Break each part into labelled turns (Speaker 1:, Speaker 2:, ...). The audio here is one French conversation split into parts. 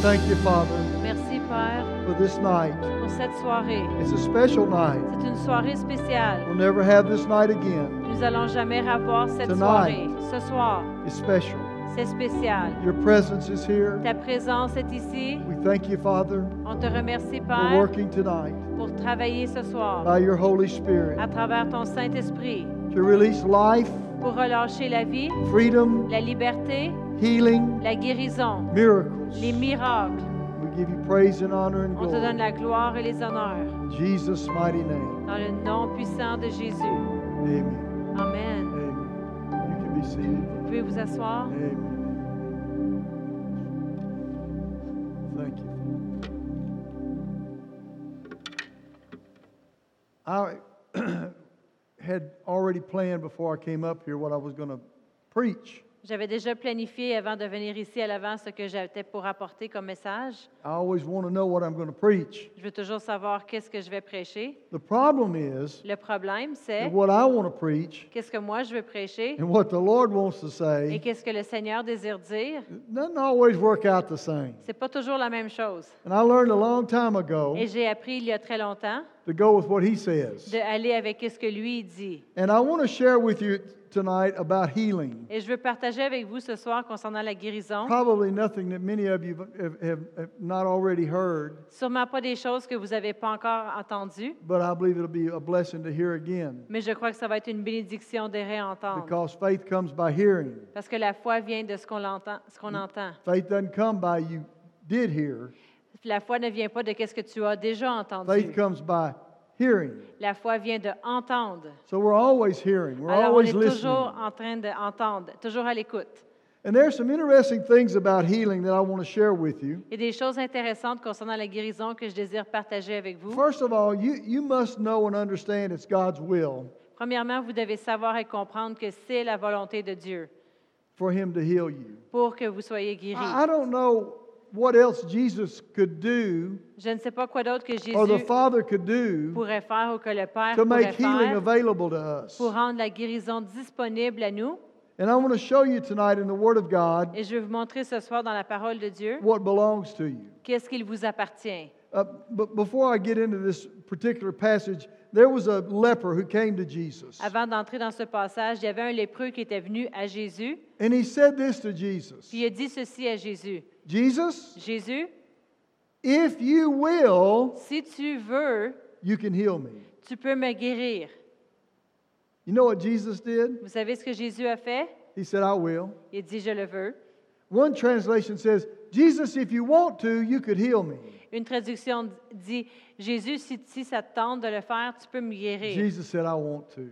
Speaker 1: Thank you, Father,
Speaker 2: Merci, Père,
Speaker 1: for this night.
Speaker 2: pour cette soirée.
Speaker 1: It's a special night.
Speaker 2: C'est une soirée spéciale.
Speaker 1: We'll never have this night again.
Speaker 2: Nous allons jamais avoir cette
Speaker 1: Tonight.
Speaker 2: soirée. Ce soir,
Speaker 1: It's special.
Speaker 2: c'est spécial.
Speaker 1: Your presence is here.
Speaker 2: Ta présence est ici.
Speaker 1: We thank you, Father,
Speaker 2: On te remercie,
Speaker 1: for
Speaker 2: Père,
Speaker 1: working tonight
Speaker 2: pour travailler ce soir
Speaker 1: by your Holy
Speaker 2: à
Speaker 1: Spirit
Speaker 2: travers ton Saint-Esprit
Speaker 1: to release life,
Speaker 2: pour relâcher la vie,
Speaker 1: freedom,
Speaker 2: la liberté,
Speaker 1: healing,
Speaker 2: la guérison,
Speaker 1: miracles.
Speaker 2: les
Speaker 1: We
Speaker 2: miracles.
Speaker 1: give you praise and honor and
Speaker 2: On te donne
Speaker 1: glory.
Speaker 2: la gloire et les honneurs
Speaker 1: In Jesus' mighty name.
Speaker 2: dans le nom puissant de Jésus.
Speaker 1: Amen.
Speaker 2: Amen.
Speaker 1: Amen. You can be seated.
Speaker 2: Vous pouvez vous asseoir.
Speaker 1: Amen. Thank you. I had already planned before I came up here what I was going to preach.
Speaker 2: J'avais déjà planifié avant de venir ici à l'avant ce que j'avais pour apporter comme message.
Speaker 1: I always want to know what I'm going to preach.
Speaker 2: Je veux toujours savoir qu'est-ce que je vais prêcher.
Speaker 1: The problem is
Speaker 2: Le problème,
Speaker 1: that
Speaker 2: c'est
Speaker 1: what I want to preach
Speaker 2: qu'est-ce que moi je veux prêcher
Speaker 1: and what the Lord wants to
Speaker 2: et
Speaker 1: say
Speaker 2: qu'est-ce que le Seigneur désire dire.
Speaker 1: doesn't always work out the same.
Speaker 2: C'est pas toujours la même chose.
Speaker 1: And I learned a long time ago
Speaker 2: Et j'ai appris il y a très longtemps
Speaker 1: to go with what He says.
Speaker 2: d'aller avec ce que lui dit.
Speaker 1: And I want to share with you tonight about healing.
Speaker 2: Et je veux partager avec vous ce soir concernant la guérison.
Speaker 1: Probably nothing that many of you have, have, have not already heard,
Speaker 2: Sûrement pas des choses que vous n'avez pas encore entendues,
Speaker 1: but I believe it'll be a blessing to hear again
Speaker 2: mais je crois que ça va être une bénédiction de réentendre.
Speaker 1: because faith comes by hearing.
Speaker 2: Parce que la foi vient de ce qu'on l'entend- ce qu'on entend.
Speaker 1: Faith doesn't come by you did hear,
Speaker 2: La foi ne vient pas de qu'est-ce que tu as déjà entendu.
Speaker 1: faith comes by hearing.
Speaker 2: La foi vient de entendre.
Speaker 1: So we're always hearing, we're
Speaker 2: Alors on est
Speaker 1: always
Speaker 2: toujours
Speaker 1: listening.
Speaker 2: en train d'entendre, toujours à l'écoute.
Speaker 1: And there's some interesting things about healing that I want to share with you.
Speaker 2: Il y a des choses intéressantes concernant la guérison que je désire partager avec vous.
Speaker 1: First of all, you, you must know and understand it's God's will
Speaker 2: Premièrement, vous devez savoir et comprendre que c'est la volonté de Dieu
Speaker 1: for Him to heal you.
Speaker 2: pour que vous soyez guéris.
Speaker 1: I I don't know what else Jesus could do
Speaker 2: Je ne sais pas quoi d'autre que
Speaker 1: or Oh, the
Speaker 2: Jésus
Speaker 1: Father could do
Speaker 2: pourrait faire ou que le Père
Speaker 1: to
Speaker 2: pourrait
Speaker 1: make healing
Speaker 2: faire
Speaker 1: available to us.
Speaker 2: pour rendre la guérison disponible à nous.
Speaker 1: And I want to show you tonight in the Word of God
Speaker 2: Et je vais vous montrer ce soir dans la parole de Dieu
Speaker 1: what belongs to you.
Speaker 2: qu'est-ce qu'il vous appartient.
Speaker 1: Uh, but before I get into this particular passage, there was a leper who came to Jesus.
Speaker 2: Avant d'entrer dans ce passage, il y avait un lépreux qui était venu à Jésus,
Speaker 1: And he said this to Jesus
Speaker 2: puis il a dit ceci à Jésus.
Speaker 1: Jesus,
Speaker 2: Jésus,
Speaker 1: if you will,
Speaker 2: si tu veux,
Speaker 1: you can heal me.
Speaker 2: tu peux me guérir.
Speaker 1: You know what Jesus did?
Speaker 2: Vous savez ce que Jésus a fait?
Speaker 1: He said, I will.
Speaker 2: Il dit, je le veux.
Speaker 1: One translation says, Jesus, if you want to, you could heal me.
Speaker 2: Une traduction dit, Jésus, si, si ça te tente de le faire, tu peux me guérir.
Speaker 1: Jesus said, I want to.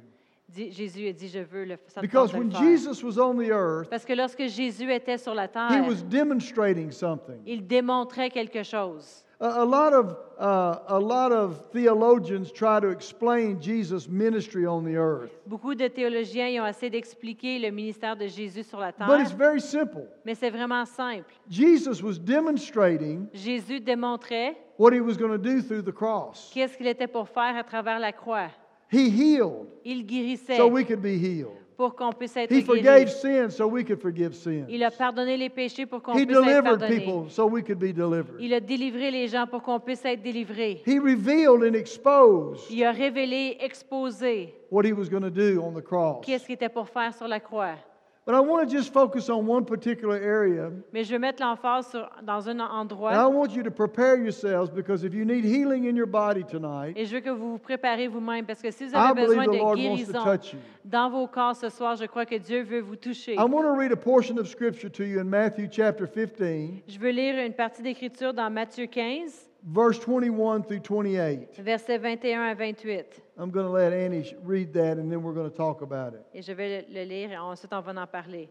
Speaker 2: Dit- Jésus a dit, je veux le, ça te tente
Speaker 1: Because
Speaker 2: de le
Speaker 1: when
Speaker 2: faire.
Speaker 1: Jesus was on the earth,
Speaker 2: Parce que lorsque Jésus était sur la
Speaker 1: he
Speaker 2: terre,
Speaker 1: was demonstrating something.
Speaker 2: il démontrait quelque chose.
Speaker 1: A, a lot of, uh, a lot of theologians try to explain Jesus' ministry on the earth,
Speaker 2: Beaucoup de théologiens y ont essayé d'expliquer le ministère de Jésus sur la
Speaker 1: but it's
Speaker 2: terre,
Speaker 1: very simple.
Speaker 2: mais c'est vraiment simple.
Speaker 1: Jesus was demonstrating
Speaker 2: Jésus démontrait
Speaker 1: what he was going to do through the cross.
Speaker 2: qu'est-ce qu'il était pour faire à travers la croix.
Speaker 1: He healed
Speaker 2: Il guérissait
Speaker 1: so we could be healed.
Speaker 2: pour qu'on puisse être
Speaker 1: He forgave
Speaker 2: guéri.
Speaker 1: sin so we could forgive
Speaker 2: Il
Speaker 1: sin.
Speaker 2: a pardonné les péchés pour qu'on
Speaker 1: He
Speaker 2: puisse être
Speaker 1: delivered
Speaker 2: pardonné.
Speaker 1: people so we could be delivered.
Speaker 2: Il a délivré les gens pour qu'on puisse être délivré.
Speaker 1: He revealed and exposed
Speaker 2: Il a révélé, exposé
Speaker 1: what he was going to do on the cross.
Speaker 2: qu'est-ce qu'il était pour faire sur la croix.
Speaker 1: But I want to just focus on one particular area.
Speaker 2: Mais je veux mettre l'emphase sur- dans un
Speaker 1: And I
Speaker 2: endroit
Speaker 1: want you to prepare yourselves because if you need healing in your body tonight,
Speaker 2: et je veux que vous vous préparez vous-même parce que si vous
Speaker 1: I believe
Speaker 2: avez besoin
Speaker 1: the
Speaker 2: de
Speaker 1: Lord wants to
Speaker 2: guérison
Speaker 1: touch you.
Speaker 2: dans vos corps ce soir, je crois que Dieu veut vous toucher.
Speaker 1: I want to read a portion of scripture to you in Matthew chapter 15,
Speaker 2: Je veux lire une partie d'écriture dans Matthieu 15,
Speaker 1: verse 21 through 28.
Speaker 2: versets 21 à 28.
Speaker 1: I'm going to let Annie sh- read that and then we're going to talk about it.
Speaker 2: Et je vais le le lire et ensuite on va en parler.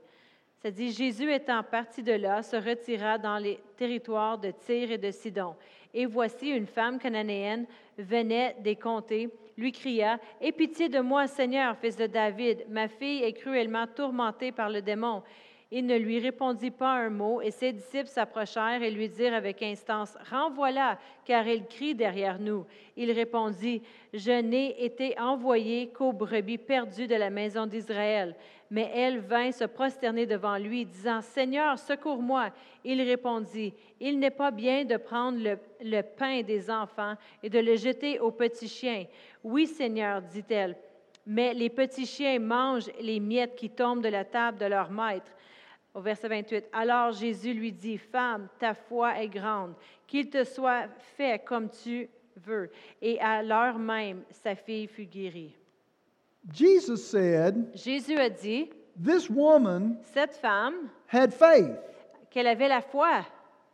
Speaker 2: Ça dit Jésus étant parti de là, se retira dans les territoires de Tyr et de Sidon. Et voici une femme cananéenne venait des comtés, lui cria Aie pitié de moi, Seigneur, fils de David, ma fille est cruellement tourmentée par le démon. Il ne lui répondit pas un mot, et ses disciples s'approchèrent et lui dirent avec instance, Renvoie-la, car il crie derrière nous. Il répondit, Je n'ai été envoyé qu'aux brebis perdues de la maison d'Israël. Mais elle vint se prosterner devant lui, disant, Seigneur, secours-moi. Il répondit, Il n'est pas bien de prendre le, le pain des enfants et de le jeter aux petits chiens. Oui, Seigneur, dit-elle, mais les petits chiens mangent les miettes qui tombent de la table de leur maître. Au verset 28, alors Jésus lui dit, Femme, ta foi est grande, qu'il te soit fait comme tu veux. Et à l'heure même, sa fille fut guérie.
Speaker 1: Jesus said,
Speaker 2: Jésus a dit,
Speaker 1: This woman
Speaker 2: Cette femme,
Speaker 1: had faith.
Speaker 2: qu'elle avait la foi,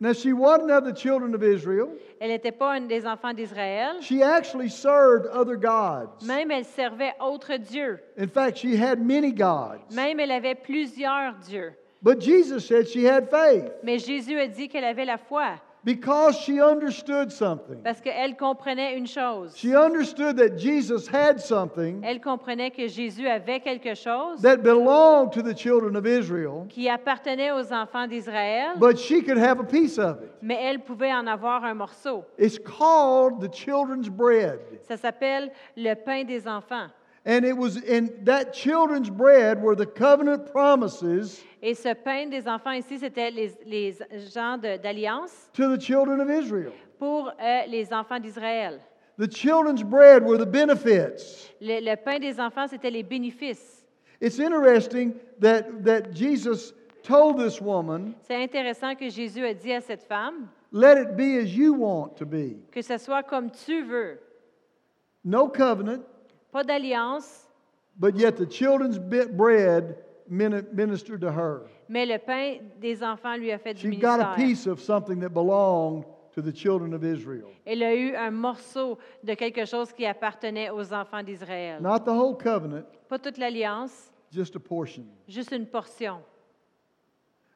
Speaker 1: Now, she wasn't of the children of Israel.
Speaker 2: elle n'était pas une des enfants d'Israël,
Speaker 1: She actually served other gods.
Speaker 2: même elle servait autre Dieu,
Speaker 1: In fact, she had many gods.
Speaker 2: même elle avait plusieurs dieux.
Speaker 1: But Jesus said she had faith
Speaker 2: Mais Jésus a dit qu'elle avait la foi
Speaker 1: because she understood something.
Speaker 2: parce qu'elle comprenait une chose.
Speaker 1: She understood that Jesus had something
Speaker 2: Elle comprenait que Jésus avait quelque chose
Speaker 1: that belonged to the children of Israel,
Speaker 2: qui appartenait aux enfants d'Israël,
Speaker 1: but she could have a piece of it.
Speaker 2: mais elle pouvait en avoir un morceau.
Speaker 1: It's called the children's bread.
Speaker 2: Ça s'appelle le pain des enfants.
Speaker 1: And it was in that children's bread were the covenant promises
Speaker 2: Et ce pain des enfants ici, c'était les, les gens de- d'alliance
Speaker 1: to the children of Israel.
Speaker 2: pour euh, les enfants d'Israël.
Speaker 1: The children's bread were the benefits.
Speaker 2: Le, le pain des enfants, c'était les bénéfices.
Speaker 1: It's interesting that, that Jesus told this woman,
Speaker 2: C'est intéressant que Jésus a dit à cette femme
Speaker 1: Let it be as you want to be.
Speaker 2: que ce soit comme tu veux,
Speaker 1: No covenant,
Speaker 2: pas d'alliance,
Speaker 1: but yet the children's bit bread mini- ministered to her.
Speaker 2: mais le pain des enfants lui a fait du
Speaker 1: She got a
Speaker 2: ministère.
Speaker 1: piece of something that belonged to the children of Israel.
Speaker 2: Elle a eu un morceau de quelque chose qui appartenait aux enfants d'Israël.
Speaker 1: Not the whole covenant,
Speaker 2: Pas toute l'alliance,
Speaker 1: just a portion.
Speaker 2: juste une portion.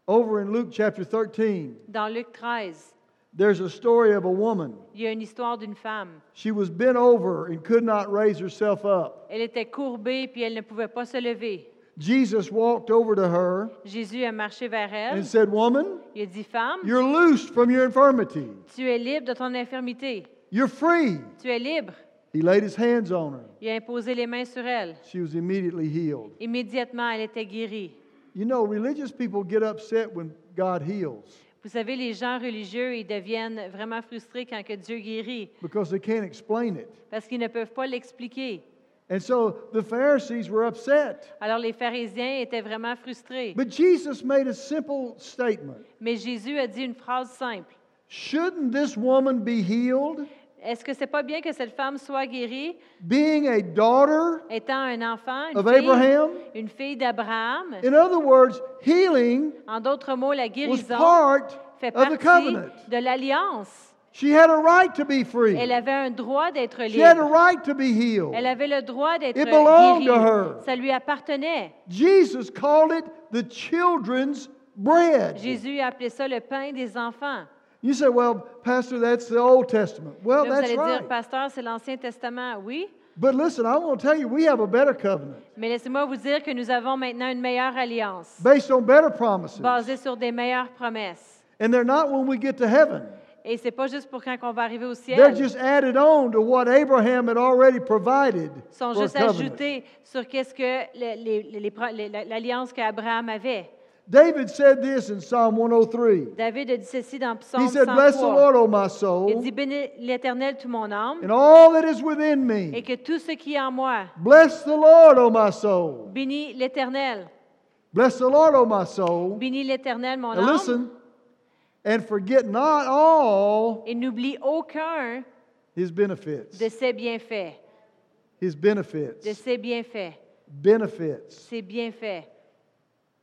Speaker 1: Over in Luke chapter 13,
Speaker 2: Dans Luc 13,
Speaker 1: there's a story of a woman.
Speaker 2: il y a une histoire d'une femme.
Speaker 1: She was bent over and could not raise herself up.
Speaker 2: Elle était courbée puis elle ne pouvait pas se lever.
Speaker 1: Jesus walked over to her
Speaker 2: Jésus a marché vers elle.
Speaker 1: and said, Woman,
Speaker 2: Il a dit Femme,
Speaker 1: You're loosed from your infirmity.
Speaker 2: tu es libre de ton infirmité.
Speaker 1: You're free.
Speaker 2: Tu es libre.
Speaker 1: He laid his hands on her.
Speaker 2: Il a imposé les mains sur elle.
Speaker 1: She was immediately healed.
Speaker 2: Immédiatement, elle était guérie.
Speaker 1: You know, religious people get upset when God heals
Speaker 2: Vous savez, les gens religieux, ils deviennent vraiment frustrés quand que Dieu guérit
Speaker 1: because they can't explain it.
Speaker 2: parce qu'ils ne peuvent pas l'expliquer.
Speaker 1: And so the Pharisees were upset.
Speaker 2: Alors les pharisiens étaient vraiment frustrés.
Speaker 1: But Jesus made a simple statement
Speaker 2: Mais Jésus a dit une phrase simple.
Speaker 1: Shouldn't this woman be healed?
Speaker 2: Est-ce que c'est pas bien que cette femme soit guérie
Speaker 1: Being a daughter?
Speaker 2: étant un enfant, une
Speaker 1: Of
Speaker 2: fille,
Speaker 1: Abraham?
Speaker 2: une fille d'Abraham?
Speaker 1: In other words, healing
Speaker 2: En d'autres mots, la
Speaker 1: was
Speaker 2: guérison
Speaker 1: part
Speaker 2: fait
Speaker 1: of the
Speaker 2: partie
Speaker 1: covenant.
Speaker 2: de l'alliance.
Speaker 1: She had a right to be
Speaker 2: Elle
Speaker 1: free,
Speaker 2: avait un droit d'être
Speaker 1: she had a
Speaker 2: libre.
Speaker 1: right to be healed.
Speaker 2: Elle avait le droit d'être
Speaker 1: It belonged to
Speaker 2: guérie.
Speaker 1: her.
Speaker 2: Ça lui appartenait.
Speaker 1: Jesus called it the children's bread.
Speaker 2: Jésus a appelé ça le pain des enfants.
Speaker 1: You say, well, Pastor, that's the Old Testament. Well,
Speaker 2: Là, vous
Speaker 1: that's
Speaker 2: allez dire,
Speaker 1: right.
Speaker 2: pasteur, c'est l'Ancien Testament. Oui,
Speaker 1: But listen, I want to tell you, we have a better covenant
Speaker 2: mais laissez-moi vous dire que nous avons maintenant une meilleure alliance
Speaker 1: based on better promises.
Speaker 2: basée sur des meilleures promesses.
Speaker 1: And they're not when we get to heaven,
Speaker 2: Et c'est pas juste pour quand on va arriver au
Speaker 1: they're
Speaker 2: ciel.
Speaker 1: just added on to what Abraham had already provided
Speaker 2: sont
Speaker 1: for a
Speaker 2: juste
Speaker 1: covenant.
Speaker 2: ajoutés sur qu'est-ce que les- les- les- les- l'alliance qu'Abraham avait.
Speaker 1: David said this in Psalm 103.
Speaker 2: David a dit ceci dans Psaume
Speaker 1: He said, Bless the
Speaker 2: 103.
Speaker 1: Lord, O my
Speaker 2: Il
Speaker 1: soul,
Speaker 2: dit Bénis l'Éternel, tout mon âme,
Speaker 1: and all that is within
Speaker 2: et
Speaker 1: me.
Speaker 2: que tout ce qui est en moi.
Speaker 1: Bless the Lord, O my soul.
Speaker 2: Bénis l'Éternel.
Speaker 1: Bless the Lord, O my soul.
Speaker 2: Bénis l'Éternel, mon
Speaker 1: Now
Speaker 2: âme.
Speaker 1: listen, and forget not all
Speaker 2: Et n'oublie aucun
Speaker 1: his benefits.
Speaker 2: de ses bienfaits.
Speaker 1: His
Speaker 2: De
Speaker 1: benefits.
Speaker 2: ses bienfaits.
Speaker 1: Benefits.
Speaker 2: Ses bienfaits.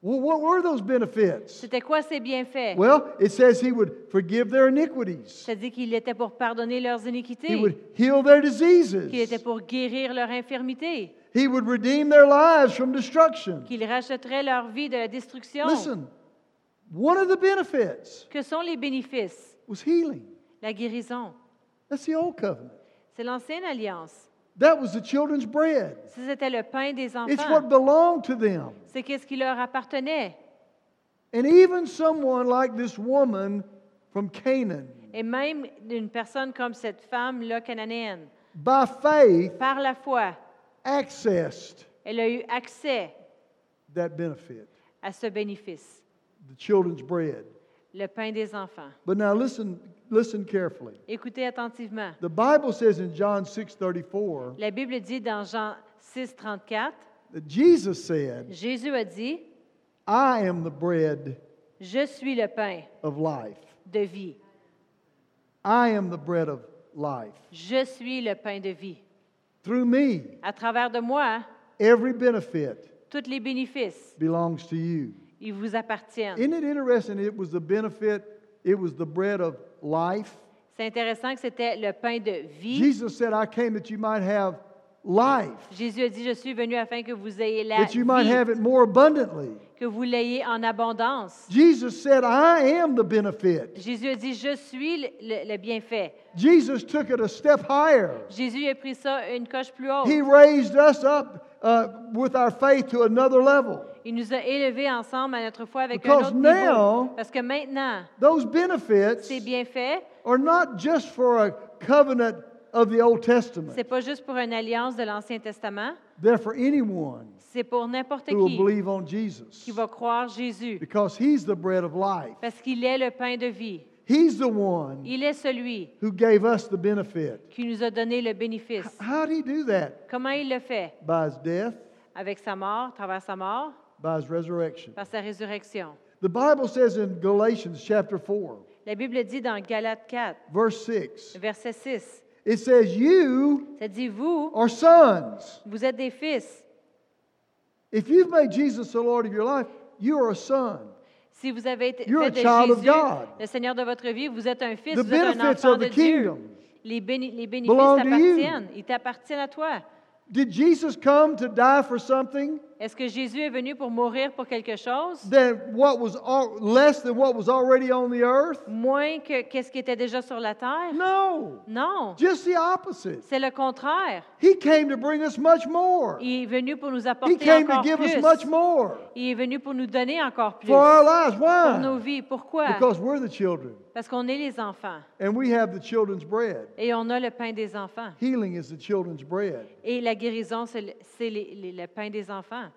Speaker 1: Well, what were those benefits?
Speaker 2: C'était quoi ses bienfaits?
Speaker 1: Well, it says he would forgive their iniquities.
Speaker 2: C'est-à-dire qu'il était pour pardonner leurs
Speaker 1: He
Speaker 2: iniquités,
Speaker 1: would heal their
Speaker 2: qu'il était
Speaker 1: diseases.
Speaker 2: pour guérir leur infirmité,
Speaker 1: He would redeem their lives from destruction.
Speaker 2: qu'il rachèterait leur vie de la destruction.
Speaker 1: Listen, one of the benefits
Speaker 2: Que sont les bénéfices?
Speaker 1: was healing.
Speaker 2: La guérison.
Speaker 1: That's the old covenant.
Speaker 2: C'est l'ancienne alliance.
Speaker 1: That was the children's bread.
Speaker 2: Si c'était le pain des
Speaker 1: It's what
Speaker 2: enfants,
Speaker 1: belonged to them.
Speaker 2: c'est qu'est-ce qui leur appartenait.
Speaker 1: And even someone like this woman from Canaan,
Speaker 2: Et même une personne comme cette femme-là cananéenne,
Speaker 1: by faith,
Speaker 2: par la foi,
Speaker 1: accessed
Speaker 2: elle a eu accès
Speaker 1: that benefit,
Speaker 2: à ce bénéfice,
Speaker 1: the children's bread.
Speaker 2: le pain des enfants.
Speaker 1: But now listen, listen carefully.
Speaker 2: Écoutez attentivement.
Speaker 1: The Bible says in John 6:34
Speaker 2: La Bible dit dans Jean 6, 34,
Speaker 1: that Jesus said,
Speaker 2: Jésus a dit,
Speaker 1: "I am the bread
Speaker 2: Je suis le pain
Speaker 1: of life.
Speaker 2: de vie.
Speaker 1: I am the bread of life.
Speaker 2: Je suis le pain de vie.
Speaker 1: Through me,
Speaker 2: À travers de moi, hein?
Speaker 1: every benefit
Speaker 2: tous les bénéfices,
Speaker 1: belongs to you."
Speaker 2: ils vous appartiennent.
Speaker 1: Isn't it interesting? It was the benefit, it was the bread of life.
Speaker 2: C'est intéressant que c'était le pain de vie.
Speaker 1: Jesus said, I came that you might have life,
Speaker 2: Jésus a dit, je suis venu afin que vous ayez la
Speaker 1: that you might
Speaker 2: vie,
Speaker 1: have it more abundantly.
Speaker 2: que vous l'ayez en abondance.
Speaker 1: Jesus said, I am the benefit.
Speaker 2: Jésus a dit, je suis le, le- le bienfait.
Speaker 1: Jesus took it a step higher.
Speaker 2: Jésus a pris ça une coche plus haute.
Speaker 1: He raised us up uh, with our faith to another level.
Speaker 2: Il nous a élevés ensemble à notre foi avec
Speaker 1: Because
Speaker 2: un autre niveau.
Speaker 1: now-
Speaker 2: Parce que maintenant,
Speaker 1: Those benefits
Speaker 2: ces bienfaits,
Speaker 1: are not just for a covenant of the Old
Speaker 2: c'est
Speaker 1: Testament,
Speaker 2: pas juste pour une alliance de l'Ancien Testament,
Speaker 1: they're for anyone
Speaker 2: c'est pour n'importe
Speaker 1: who will
Speaker 2: qui
Speaker 1: believe on Jesus
Speaker 2: qui va croire Jésus.
Speaker 1: because He's the bread of life.
Speaker 2: Parce qu'il est le pain de vie.
Speaker 1: He's the one
Speaker 2: Il est celui
Speaker 1: who gave us the benefit.
Speaker 2: qui nous a donné le bénéfice.
Speaker 1: How did he do that?
Speaker 2: Comment il le fait?
Speaker 1: By his death,
Speaker 2: Avec sa mort, à travers sa mort,
Speaker 1: by his resurrection.
Speaker 2: par sa résurrection.
Speaker 1: The Bible says in Galatians chapter 4,
Speaker 2: La Bible dit dans Galates 4,
Speaker 1: verse 6,
Speaker 2: verset 6,
Speaker 1: it says, You
Speaker 2: ça dit, vous,
Speaker 1: are sons.
Speaker 2: vous êtes des fils.
Speaker 1: If you've made Jesus the Lord of your life, you are a son.
Speaker 2: Si vous avez été
Speaker 1: You're
Speaker 2: fait
Speaker 1: a
Speaker 2: de
Speaker 1: child of
Speaker 2: Jésus,
Speaker 1: God.
Speaker 2: le Seigneur de votre vie, vous êtes un fils,
Speaker 1: The
Speaker 2: vous êtes un
Speaker 1: benefits
Speaker 2: enfant
Speaker 1: of
Speaker 2: de
Speaker 1: the
Speaker 2: Dieu.
Speaker 1: kingdom
Speaker 2: Les, béni- les bénéfices
Speaker 1: belong to you.
Speaker 2: t'appartiennent. Ils t'appartiennent à toi.
Speaker 1: Did Jesus come to die for something
Speaker 2: Est-ce que Jésus est venu pour mourir pour quelque chose?
Speaker 1: that what was al- less than what was already on the earth?
Speaker 2: Moins que qu'est-ce qui était déjà sur la terre?
Speaker 1: No,
Speaker 2: Non.
Speaker 1: just the opposite.
Speaker 2: C'est le contraire.
Speaker 1: He came to bring us much more.
Speaker 2: Il est venu pour nous
Speaker 1: He
Speaker 2: apporter
Speaker 1: came to
Speaker 2: encore
Speaker 1: give us much
Speaker 2: plus.
Speaker 1: more.
Speaker 2: Il est venu pour nous donner encore plus
Speaker 1: for our lives.
Speaker 2: pour nos
Speaker 1: Why?
Speaker 2: vies. Pourquoi?
Speaker 1: Because we're the children
Speaker 2: Parce qu'on est les enfants
Speaker 1: and we have the children's bread.
Speaker 2: et on a le pain des enfants.
Speaker 1: Healing is the children's bread.
Speaker 2: Et la guérison, c'est le, c'est les- les- le pain des enfants.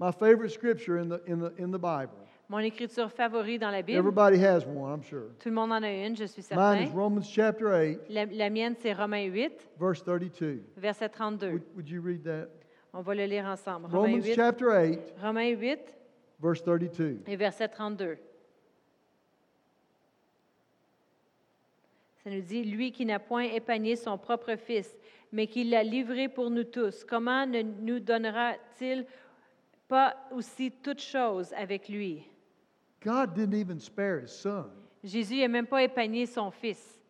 Speaker 1: My favorite scripture in the, in the, in the Bible.
Speaker 2: Mon écriture favorite dans la Bible,
Speaker 1: Everybody has one, I'm sure.
Speaker 2: tout le monde en a une, je suis
Speaker 1: Mine is
Speaker 2: certain.
Speaker 1: Romans chapter 8,
Speaker 2: La, la mienne, c'est Romains 8,
Speaker 1: verse 32.
Speaker 2: verset 32.
Speaker 1: Would, would you read that?
Speaker 2: On va le lire ensemble. Romains
Speaker 1: Romans
Speaker 2: 8,
Speaker 1: chapter 8,
Speaker 2: Romains 8
Speaker 1: verse 32.
Speaker 2: et verset 32. Ça nous dit, lui qui n'a point épargné son propre fils, mais qui l'a livré pour nous tous, comment ne nous donnera-t-il pas aussi toutes choses avec lui?
Speaker 1: God didn't even spare his son.
Speaker 2: Jésus n'a même pas épargné son fils.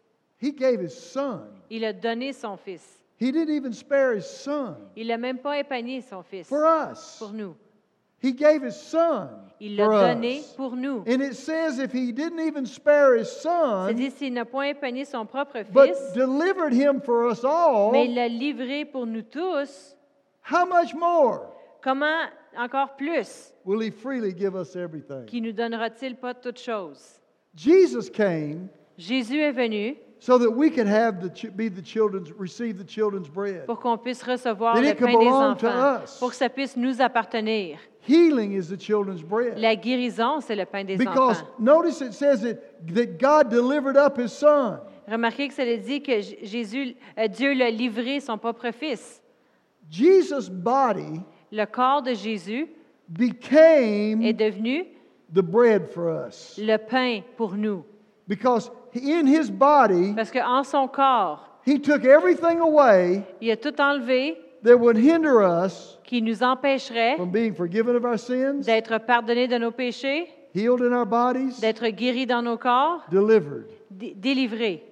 Speaker 1: He gave his son.
Speaker 2: Il a donné son fils.
Speaker 1: He didn't even spare his son
Speaker 2: Il n'a même pas épargné son fils
Speaker 1: for us.
Speaker 2: pour nous.
Speaker 1: He gave his son
Speaker 2: Il l'a
Speaker 1: for
Speaker 2: donné
Speaker 1: us.
Speaker 2: pour nous.
Speaker 1: And it says if he didn't even spare his son,
Speaker 2: C'est-à-dire s'il n'a point épargné son propre
Speaker 1: but
Speaker 2: fils,
Speaker 1: delivered him for us all,
Speaker 2: mais il l'a livré pour nous tous,
Speaker 1: how much more
Speaker 2: comment encore plus
Speaker 1: will he freely give us everything?
Speaker 2: qui nous donnera-t-il pas toutes choses?
Speaker 1: Jesus came
Speaker 2: Jésus est venu
Speaker 1: so that we could have the chi- be the children's receive the children's bread.
Speaker 2: pour qu'on puisse recevoir
Speaker 1: That
Speaker 2: le
Speaker 1: it could
Speaker 2: pain des
Speaker 1: belong to
Speaker 2: enfants,
Speaker 1: us.
Speaker 2: pour que ça puisse nous appartenir.
Speaker 1: Healing is the children's bread.
Speaker 2: La guérison, c'est le pain des
Speaker 1: Because
Speaker 2: enfants.
Speaker 1: notice it says that, that God delivered up his son.
Speaker 2: Remarquez que ça le dit que J- Jésus, euh, Dieu l'a livré son propre fils.
Speaker 1: Jesus' body
Speaker 2: Le corps de Jésus est
Speaker 1: became
Speaker 2: devenu
Speaker 1: the bread for us.
Speaker 2: le pain pour nous.
Speaker 1: Because in his body,
Speaker 2: Parce qu'en son corps,
Speaker 1: he took everything away
Speaker 2: il a tout enlevé
Speaker 1: that would hinder us
Speaker 2: qui nous empêcherait
Speaker 1: from being forgiven of our sins,
Speaker 2: d'être pardonnés de nos péchés,
Speaker 1: healed in our bodies,
Speaker 2: d'être guéris dans nos corps,
Speaker 1: delivered.
Speaker 2: dé- délivrés.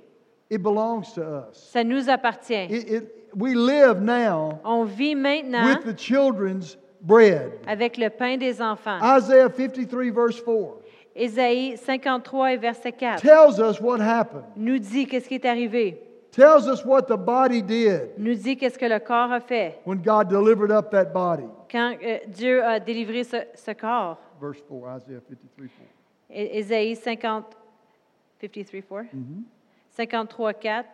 Speaker 1: It belongs to us.
Speaker 2: Ça nous appartient.
Speaker 1: It, it, we live now
Speaker 2: On vit maintenant
Speaker 1: with the children's bread.
Speaker 2: avec le pain des enfants.
Speaker 1: Isaiah 53, verse 4,
Speaker 2: Ésaïe 53 et verset 4
Speaker 1: tells us what happened,
Speaker 2: nous dit qu'est-ce qui est arrivé,
Speaker 1: tells us what the body did
Speaker 2: nous dit qu'est-ce que le corps a fait
Speaker 1: when God delivered up that body.
Speaker 2: quand euh, Dieu a délivré ce, ce corps.
Speaker 1: verse 4, Isaiah 53 4.
Speaker 2: É- Ésaïe 50, 53, 4. 53, 4.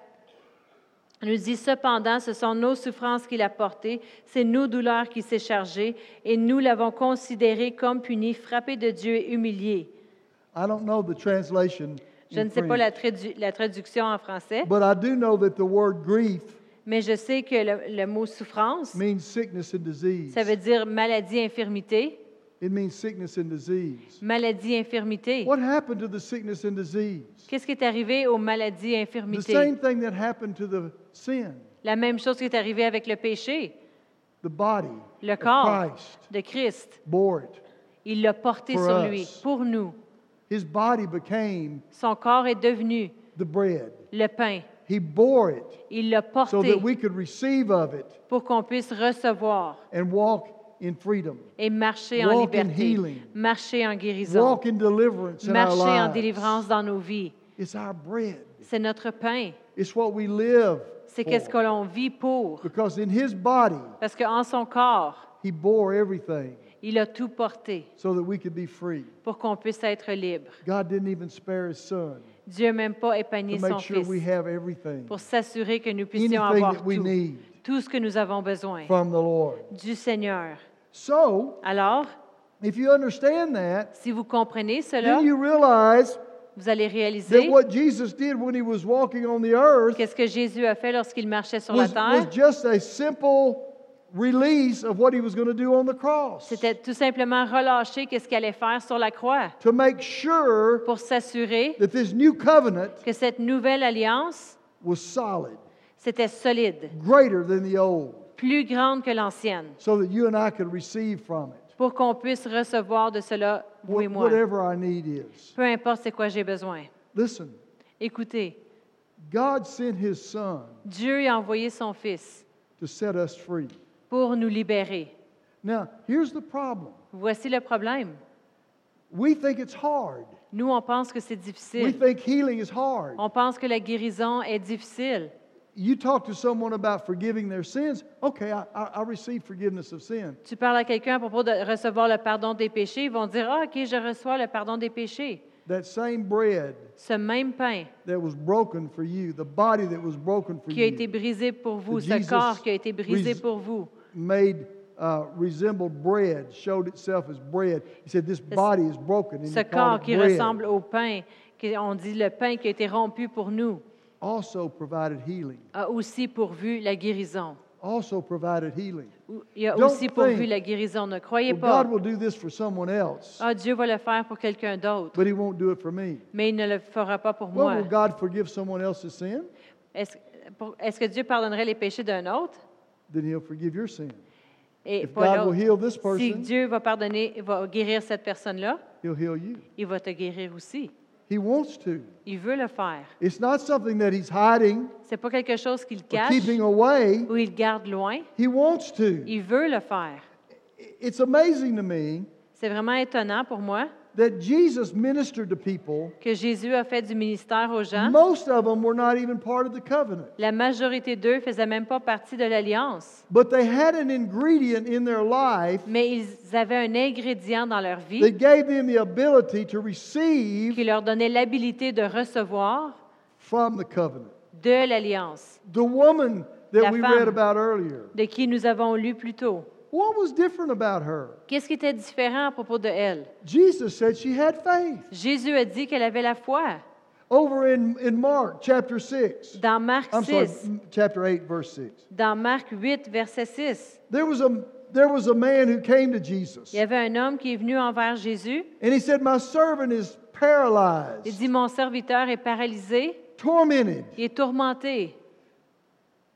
Speaker 2: Nous dit cependant, ce sont nos souffrances qu'il a portées, c'est nos douleurs qu'il s'est chargé, et nous l'avons considéré comme puni, frappé de Dieu et humilié.
Speaker 1: I don't know the translation.
Speaker 2: Je
Speaker 1: in
Speaker 2: ne sais pas
Speaker 1: French,
Speaker 2: la, tradu- la traduction en français,
Speaker 1: But I do know that the word grief
Speaker 2: mais je sais que le, le mot souffrance,
Speaker 1: means sickness and disease.
Speaker 2: ça veut dire maladie, infirmité.
Speaker 1: It means sickness and disease.
Speaker 2: Maladie, infirmité.
Speaker 1: What happened to the sickness and disease?
Speaker 2: Qu'est-ce qui est arrivé aux maladies,
Speaker 1: The
Speaker 2: infirmités?
Speaker 1: same thing that happened to the sin,
Speaker 2: La même chose qui est arrivée avec le péché.
Speaker 1: the body
Speaker 2: Le
Speaker 1: of
Speaker 2: corps
Speaker 1: Christ
Speaker 2: de Christ,
Speaker 1: bore it.
Speaker 2: il l'a porté
Speaker 1: For
Speaker 2: sur
Speaker 1: us.
Speaker 2: lui, pour nous.
Speaker 1: His body became
Speaker 2: Son corps est devenu
Speaker 1: the bread.
Speaker 2: le pain.
Speaker 1: He bore it
Speaker 2: Il l'a
Speaker 1: so
Speaker 2: porté
Speaker 1: that we could receive of it
Speaker 2: pour qu'on puisse recevoir
Speaker 1: and walk in freedom,
Speaker 2: et marcher
Speaker 1: Walk
Speaker 2: en
Speaker 1: in
Speaker 2: liberté,
Speaker 1: healing.
Speaker 2: marcher en guérison,
Speaker 1: walk in deliverance in our
Speaker 2: marcher en
Speaker 1: lives.
Speaker 2: délivrance dans nos vies.
Speaker 1: It's our bread.
Speaker 2: C'est notre pain.
Speaker 1: It's what we live
Speaker 2: C'est
Speaker 1: for.
Speaker 2: qu'est-ce que l'on vit pour.
Speaker 1: because in his body
Speaker 2: Parce qu'en son corps,
Speaker 1: he bore everything
Speaker 2: il a tout porté
Speaker 1: so that we could be free.
Speaker 2: pour qu'on puisse être libre.
Speaker 1: God didn't even spare his son
Speaker 2: Dieu même pas
Speaker 1: to
Speaker 2: épargné son
Speaker 1: make sure we
Speaker 2: Fils
Speaker 1: have everything,
Speaker 2: pour s'assurer que nous
Speaker 1: anything
Speaker 2: puissions avoir
Speaker 1: that we
Speaker 2: tout,
Speaker 1: need
Speaker 2: tout ce que nous avons besoin
Speaker 1: from the Lord.
Speaker 2: du Seigneur.
Speaker 1: So,
Speaker 2: Alors,
Speaker 1: if you understand that,
Speaker 2: si vous comprenez cela,
Speaker 1: then you realize
Speaker 2: vous allez
Speaker 1: that
Speaker 2: réaliser
Speaker 1: what Jesus did when he was walking on the earth
Speaker 2: qu'est-ce que Jésus a fait lorsqu'il marchait sur la
Speaker 1: was, was
Speaker 2: terre.
Speaker 1: just a simple release of what he was going to do on the cross
Speaker 2: C'était tout simplement relâcher qu'est-ce qu'il allait faire sur la croix
Speaker 1: to make sure
Speaker 2: pour s'assurer
Speaker 1: that this new covenant
Speaker 2: que cette nouvelle alliance,
Speaker 1: was solid,
Speaker 2: c'était solide,
Speaker 1: greater than the old,
Speaker 2: plus grande que l'ancienne,
Speaker 1: so that you and I could receive from it
Speaker 2: pour qu'on puisse recevoir de cela, vous et
Speaker 1: wh-
Speaker 2: moi.
Speaker 1: whatever our need is.
Speaker 2: Peu importe c'est quoi j'ai besoin.
Speaker 1: Listen,
Speaker 2: Écoutez,
Speaker 1: God sent his son
Speaker 2: Dieu a envoyé son Fils
Speaker 1: to set us free.
Speaker 2: pour nous libérer.
Speaker 1: Now, here's the problem
Speaker 2: Voici le problème.
Speaker 1: we think it's hard,
Speaker 2: Nous, on pense que c'est
Speaker 1: we
Speaker 2: difficile.
Speaker 1: think healing is hard.
Speaker 2: On pense que la guérison est difficile.
Speaker 1: You talk to someone about forgiving their sins, okay, I, I, I receive forgiveness of sin.
Speaker 2: Tu parles à quelqu'un à propos de recevoir le pardon des péchés, ils vont dire, ah, ok, je reçois le pardon des péchés.
Speaker 1: That same bread
Speaker 2: Ce même pain
Speaker 1: that was broken for you, the body that was broken for
Speaker 2: qui a été
Speaker 1: you,
Speaker 2: brisé pour vous,
Speaker 1: Jesus
Speaker 2: ce corps qui a été brisé
Speaker 1: res-
Speaker 2: pour vous,
Speaker 1: made uh, resembled bread, showed itself as bread. He said, "This body is broken." And
Speaker 2: ce
Speaker 1: he called
Speaker 2: corps
Speaker 1: it
Speaker 2: qui
Speaker 1: bread.
Speaker 2: ressemble au pain, qui- on dit le pain qui a été rompu pour nous,
Speaker 1: Also provided healing.
Speaker 2: a aussi pourvu la guérison.
Speaker 1: Also provided healing.
Speaker 2: Ou- Il a
Speaker 1: Don't
Speaker 2: aussi pourvu
Speaker 1: think-
Speaker 2: la guérison. Ne croyez
Speaker 1: Well, God
Speaker 2: pas,
Speaker 1: will do this for someone else,
Speaker 2: ah, Dieu va le faire pour quelqu'un d'autre,
Speaker 1: but He won't do it for me.
Speaker 2: mais il ne le fera pas pour
Speaker 1: Well,
Speaker 2: moi.
Speaker 1: will God forgive someone else's sin?
Speaker 2: Est-ce pour- est-ce que Dieu pardonnerait les péchés d'un autre?
Speaker 1: Then He'll forgive your sin.
Speaker 2: Et
Speaker 1: If
Speaker 2: pas
Speaker 1: God will
Speaker 2: l'autre?
Speaker 1: heal this
Speaker 2: Si
Speaker 1: person,
Speaker 2: Dieu va pardonner, va guérir cette personne-là,
Speaker 1: He'll heal you.
Speaker 2: il va te guérir aussi.
Speaker 1: He wants to.
Speaker 2: Il veut le faire.
Speaker 1: It's not something that He's hiding
Speaker 2: C'est pas quelque chose qu'il
Speaker 1: or
Speaker 2: cache
Speaker 1: keeping away.
Speaker 2: ou il garde loin.
Speaker 1: He wants to.
Speaker 2: Il veut le faire.
Speaker 1: It's amazing to me
Speaker 2: C'est vraiment étonnant pour moi
Speaker 1: that Jesus ministered to people.
Speaker 2: que Jésus a fait du ministère aux gens.
Speaker 1: Most of them were not even part of the covenant,
Speaker 2: La majorité d'eux faisaient même pas partie de l'alliance,
Speaker 1: but they had an ingredient in their life
Speaker 2: mais ils avaient un ingrédient dans leur vie
Speaker 1: that gave them the ability to receive
Speaker 2: qui leur donnait l'habilité de recevoir
Speaker 1: from the covenant.
Speaker 2: de l'alliance,
Speaker 1: The woman that
Speaker 2: La
Speaker 1: we
Speaker 2: femme.
Speaker 1: read about earlier,
Speaker 2: de qui nous avons lu plus tôt.
Speaker 1: what was different about her?
Speaker 2: Qu'est-ce qui était différent à propos de elle?
Speaker 1: Jesus said she had faith.
Speaker 2: Jésus a dit qu'elle avait la foi.
Speaker 1: Over in, in Mark chapter 6,
Speaker 2: Dans Marc
Speaker 1: I'm sorry,
Speaker 2: 6,
Speaker 1: m- chapter 8, verse 6,
Speaker 2: dans Marc 8, verset 6,
Speaker 1: there was a, there was a man who came to Jesus
Speaker 2: il y avait un homme qui est venu envers Jésus.
Speaker 1: and he said, My servant is
Speaker 2: Il
Speaker 1: paralyzed,
Speaker 2: dit, mon serviteur est paralysé,
Speaker 1: tormented.
Speaker 2: il est tourmenté.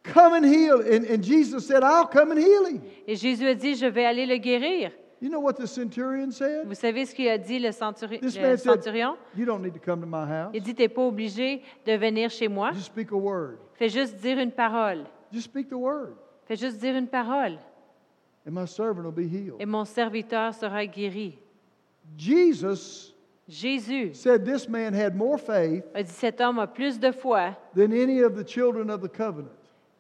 Speaker 1: Come and heal. And, and Jesus said, I'll come and heal him.
Speaker 2: Et Jésus a dit, je vais aller le guérir.
Speaker 1: You know what the centurion said?
Speaker 2: Vous savez ce qu'il a dit le, centuri-
Speaker 1: This
Speaker 2: le
Speaker 1: man said,
Speaker 2: centurion?
Speaker 1: You don't need to come to my house.
Speaker 2: Il dit, t'es pas obligé de venir chez moi.
Speaker 1: Just speak a word.
Speaker 2: Fais juste dire une parole.
Speaker 1: Just speak the word.
Speaker 2: Fais juste dire une parole.
Speaker 1: And my servant will be healed.
Speaker 2: Et mon serviteur sera guéri.
Speaker 1: Jesus
Speaker 2: Jésus
Speaker 1: said this man had more faith
Speaker 2: a dit, cet homme a plus de foi
Speaker 1: than any of the children of the covenant.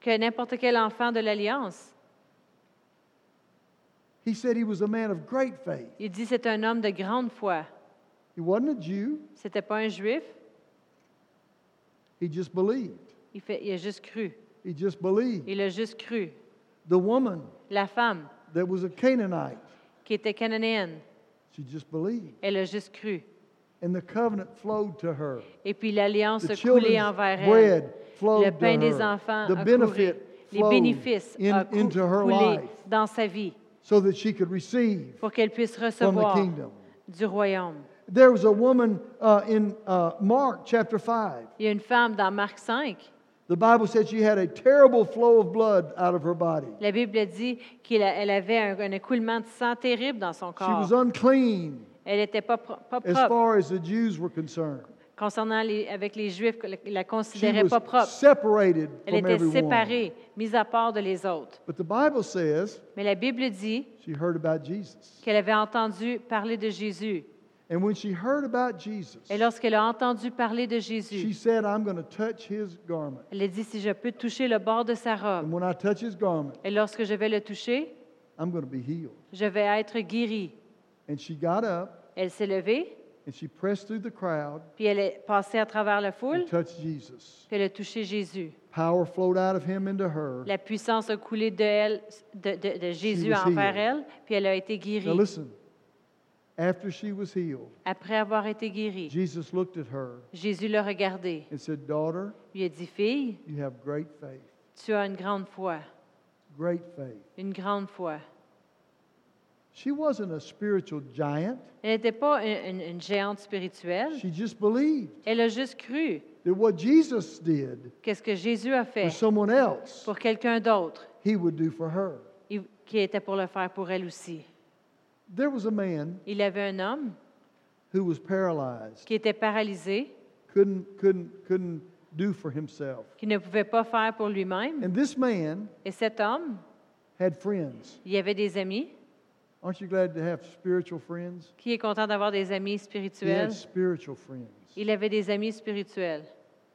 Speaker 2: que n'importe quel enfant de l'Alliance.
Speaker 1: He said he was a man of great faith.
Speaker 2: Il dit c'est un homme de grande foi.
Speaker 1: He wasn't a Jew,
Speaker 2: C'était pas un juif,
Speaker 1: he just believed.
Speaker 2: il, fait- il a juste cru.
Speaker 1: He just believed.
Speaker 2: Il a juste cru.
Speaker 1: The woman
Speaker 2: La femme
Speaker 1: that was a Canaanite,
Speaker 2: qui était cananéenne,
Speaker 1: she just believed.
Speaker 2: elle a juste cru.
Speaker 1: And the covenant flowed to her.
Speaker 2: Et puis l'alliance
Speaker 1: The
Speaker 2: a coulé
Speaker 1: children's
Speaker 2: envers elle.
Speaker 1: bread
Speaker 2: Le
Speaker 1: flowed to
Speaker 2: pain des
Speaker 1: her.
Speaker 2: enfants
Speaker 1: The
Speaker 2: a coulé.
Speaker 1: benefit
Speaker 2: Les bénéfices
Speaker 1: flowed in-
Speaker 2: a cou-
Speaker 1: into her
Speaker 2: coulé
Speaker 1: life
Speaker 2: dans sa vie
Speaker 1: so that she could receive
Speaker 2: pour qu'elle puisse
Speaker 1: from the
Speaker 2: recevoir
Speaker 1: kingdom.
Speaker 2: du royaume.
Speaker 1: There was a woman uh, in uh, Mark chapter 5.
Speaker 2: Il y a une femme dans Marc 5,
Speaker 1: The Bible said she had a terrible flow of blood out of her body.
Speaker 2: la Bible dit qu'elle a- elle avait un, un écoulement de sang terrible dans son
Speaker 1: She was
Speaker 2: corps.
Speaker 1: unclean
Speaker 2: Elle n'était pas, pro- pas
Speaker 1: as
Speaker 2: propre.
Speaker 1: far as the Jews were concerned.
Speaker 2: Concernant les, avec les Juifs, ils la
Speaker 1: She
Speaker 2: considéraient pas
Speaker 1: was
Speaker 2: propre.
Speaker 1: separated
Speaker 2: Elle
Speaker 1: from
Speaker 2: était
Speaker 1: everyone.
Speaker 2: séparée, mise à part de les autres.
Speaker 1: But the Bible says
Speaker 2: Mais la Bible dit
Speaker 1: she heard about Jesus.
Speaker 2: qu'elle avait entendu parler de Jésus.
Speaker 1: And when she heard about Jesus,
Speaker 2: Et lorsqu'elle a entendu parler de
Speaker 1: she
Speaker 2: Jésus,
Speaker 1: said, I'm going to touch his garment.
Speaker 2: elle a dit, si je peux toucher le bord de sa
Speaker 1: And
Speaker 2: robe,
Speaker 1: when I touch his garment,
Speaker 2: et lorsque je vais le toucher,
Speaker 1: I'm going to be healed.
Speaker 2: je vais être guérie.
Speaker 1: And she got up
Speaker 2: Elle s'est levée,
Speaker 1: and she pressed through the crowd
Speaker 2: puis elle est passée à travers la foule,
Speaker 1: and touched Jesus.
Speaker 2: puis elle a touché Jésus.
Speaker 1: Power flowed out of him into her.
Speaker 2: La puissance a coulé de, elle, de, de- de Jésus hein.
Speaker 1: was
Speaker 2: envers
Speaker 1: healed.
Speaker 2: elle, puis elle a été
Speaker 1: Now
Speaker 2: guérie.
Speaker 1: listen, after she was healed,
Speaker 2: Après avoir été guérie,
Speaker 1: Jesus looked at her
Speaker 2: Jésus l'a regardée.
Speaker 1: and said, Daughter,
Speaker 2: lui a dit, Fille,
Speaker 1: you have great faith,
Speaker 2: tu as une grande foi,
Speaker 1: great faith.
Speaker 2: une grande foi.
Speaker 1: She wasn't a spiritual giant.
Speaker 2: Elle n'était pas une, une- une géante spirituelle.
Speaker 1: She just believed
Speaker 2: Elle a juste cru
Speaker 1: that what Jesus did
Speaker 2: qu'est-ce que Jésus a
Speaker 1: for
Speaker 2: fait
Speaker 1: someone else,
Speaker 2: pour quelqu'un d'autre,
Speaker 1: he would do for her.
Speaker 2: il- qui était pour le faire pour elle aussi.
Speaker 1: There was a man
Speaker 2: Il avait un homme
Speaker 1: who was paralyzed,
Speaker 2: qui était paralysé,
Speaker 1: couldn't, couldn't, couldn't do for himself.
Speaker 2: qui ne pouvait pas faire pour lui-même.
Speaker 1: And this man
Speaker 2: Et cet homme,
Speaker 1: had friends.
Speaker 2: il avait des amis.
Speaker 1: Aren't you glad to have spiritual friends?
Speaker 2: Qui est content d'avoir des
Speaker 1: He
Speaker 2: amis
Speaker 1: had
Speaker 2: spirituels?
Speaker 1: spiritual friends.
Speaker 2: Il avait des amis spirituels.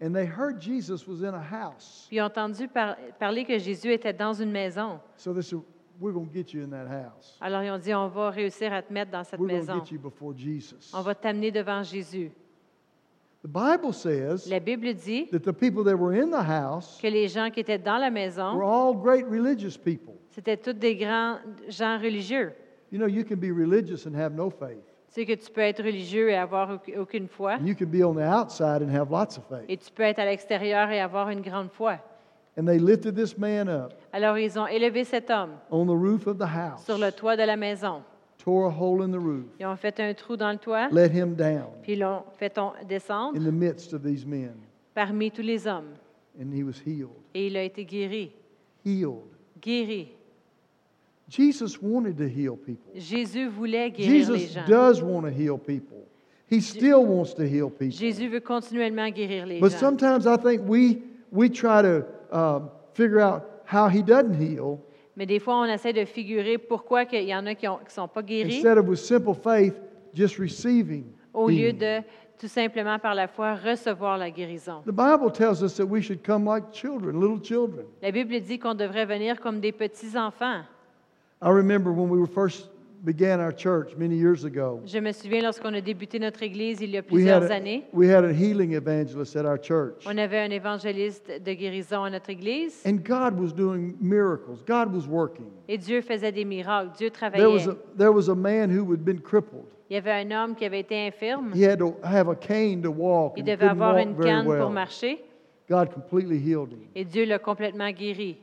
Speaker 1: And they heard Jesus was in a house.
Speaker 2: Puis ils ont entendu par- parler que Jésus était dans une maison.
Speaker 1: So they said, We're going to get you in that house.
Speaker 2: Alors ils ont dit, on va réussir à te mettre dans cette
Speaker 1: We're going to
Speaker 2: maison. Oh,
Speaker 1: get you before Jesus.
Speaker 2: On va t'amener devant Jésus.
Speaker 1: The Bible says
Speaker 2: La Bible dit
Speaker 1: that the people that were in the house
Speaker 2: que les gens qui étaient dans la
Speaker 1: were
Speaker 2: maison,
Speaker 1: all great religious people.
Speaker 2: c'était tous des grands gens religieux.
Speaker 1: You know, you can be religious and have no faith.
Speaker 2: Tu sais que tu peux être religieux et avoir au- aucune foi,
Speaker 1: And you can be on the outside and have lots of faith.
Speaker 2: et tu peux être à l'extérieur et avoir une grande foi.
Speaker 1: And they lifted this man up
Speaker 2: Alors ils ont élevé cet homme
Speaker 1: on the roof of the house,
Speaker 2: sur le toit de la maison.
Speaker 1: tore a hole in the roof,
Speaker 2: Ils ont fait un trou dans le toit,
Speaker 1: let him down
Speaker 2: puis ils l'ont fait ton- descendre
Speaker 1: in the midst of these men.
Speaker 2: parmi tous les hommes.
Speaker 1: And he was healed.
Speaker 2: Et il a été guéri.
Speaker 1: Healed.
Speaker 2: Guéri.
Speaker 1: Jesus wanted to heal people.
Speaker 2: Jésus voulait guérir les
Speaker 1: Jesus
Speaker 2: gens.
Speaker 1: does want to heal people. He still wants to heal people.
Speaker 2: Jésus veut continuellement guérir les
Speaker 1: But
Speaker 2: gens.
Speaker 1: sometimes I think we we try to um, figure out how he doesn't heal
Speaker 2: Mais des fois, on essaie de figurer pourquoi il y en a qui ne sont pas guéris
Speaker 1: instead of with simple faith just receiving.
Speaker 2: au lieu
Speaker 1: healing.
Speaker 2: de tout simplement par la foi recevoir la guérison.
Speaker 1: The Bible tells us that we should come like children, little children.
Speaker 2: La Bible dit qu'on devrait venir comme des petits-enfants.
Speaker 1: I remember when we were first began our church many years ago.
Speaker 2: Je me souviens lorsqu'on a débuté notre Église il y a
Speaker 1: We had
Speaker 2: plusieurs
Speaker 1: a,
Speaker 2: années,
Speaker 1: we had a healing evangelist at our church.
Speaker 2: on avait un évangéliste de guérison à notre Église
Speaker 1: And God was doing miracles. God was working.
Speaker 2: et Dieu faisait des miracles, Dieu
Speaker 1: There was
Speaker 2: travaillait.
Speaker 1: a, there was a man who had been crippled.
Speaker 2: Il y avait un homme qui avait été infirme,
Speaker 1: He had to have a cane to walk.
Speaker 2: il
Speaker 1: and
Speaker 2: devait
Speaker 1: couldn't
Speaker 2: avoir
Speaker 1: walk
Speaker 2: une
Speaker 1: very
Speaker 2: canne
Speaker 1: well.
Speaker 2: pour marcher
Speaker 1: God completely healed him.
Speaker 2: et Dieu l'a complètement guéri.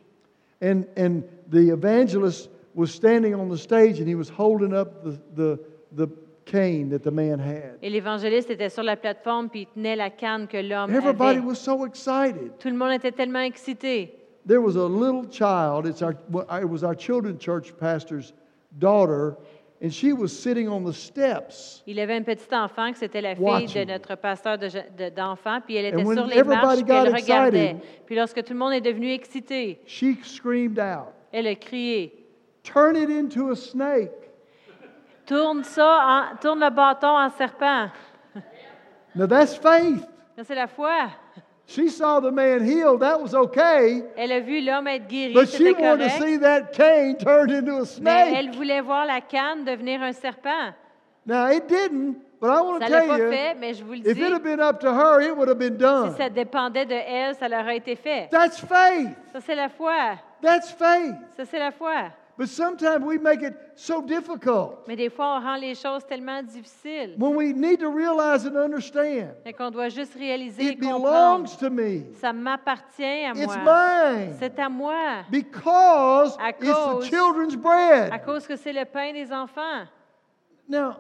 Speaker 1: And, and the evangelist was standing on the stage and he was holding up the, the, the cane that the man had.
Speaker 2: Et l'évangéliste était sur la plateforme puis il tenait la canne que l'homme
Speaker 1: Everybody
Speaker 2: avait.
Speaker 1: was so excited.
Speaker 2: Tout le monde était tellement excité.
Speaker 1: There was a little child, it's our, well, it was our children's church pastor's daughter, and she was sitting on the steps.
Speaker 2: Il avait un petit enfant qui c'était la fille
Speaker 1: Watching.
Speaker 2: de notre pasteur de je- de- d'enfants, puis elle était
Speaker 1: And when
Speaker 2: sur les marches,
Speaker 1: everybody
Speaker 2: puis elle
Speaker 1: got
Speaker 2: regardait.
Speaker 1: excited-
Speaker 2: Puis lorsque tout le monde est devenu excité,
Speaker 1: She screamed out,
Speaker 2: elle a crié
Speaker 1: Turn it into a snake.
Speaker 2: Tourne ça, en- tourne le bâton en serpent.
Speaker 1: Now that's faith.
Speaker 2: Ça, C'est la foi.
Speaker 1: She saw the man healed, that was okay,
Speaker 2: Elle a vu l'homme être guéri,
Speaker 1: but she
Speaker 2: c'était
Speaker 1: wanted to
Speaker 2: correct,
Speaker 1: see that cane turned into a
Speaker 2: mais
Speaker 1: snake.
Speaker 2: elle voulait voir la canne devenir un serpent.
Speaker 1: Now, it didn't, but I want
Speaker 2: Ça
Speaker 1: to
Speaker 2: l'a
Speaker 1: tell
Speaker 2: pas
Speaker 1: you,
Speaker 2: fait, mais je vous le
Speaker 1: if it had
Speaker 2: dis,
Speaker 1: been up to her, it would have been
Speaker 2: si ça
Speaker 1: done.
Speaker 2: dépendait de elle, ça l'aurait été fait.
Speaker 1: That's faith.
Speaker 2: Ça, c'est la foi.
Speaker 1: That's faith.
Speaker 2: Ça, c'est la foi.
Speaker 1: But sometimes we make it so difficult
Speaker 2: Mais des fois, on rend les choses tellement difficiles
Speaker 1: when we need to realize and understand
Speaker 2: mais qu'on doit juste réaliser et
Speaker 1: it
Speaker 2: comprendre.
Speaker 1: belongs to me,
Speaker 2: Ça m'appartient à
Speaker 1: it's
Speaker 2: moi.
Speaker 1: mine.
Speaker 2: C'est à moi.
Speaker 1: Because
Speaker 2: À
Speaker 1: it's the
Speaker 2: cause-
Speaker 1: children's
Speaker 2: À
Speaker 1: bread.
Speaker 2: cause que c'est le pain des enfants.
Speaker 1: Now,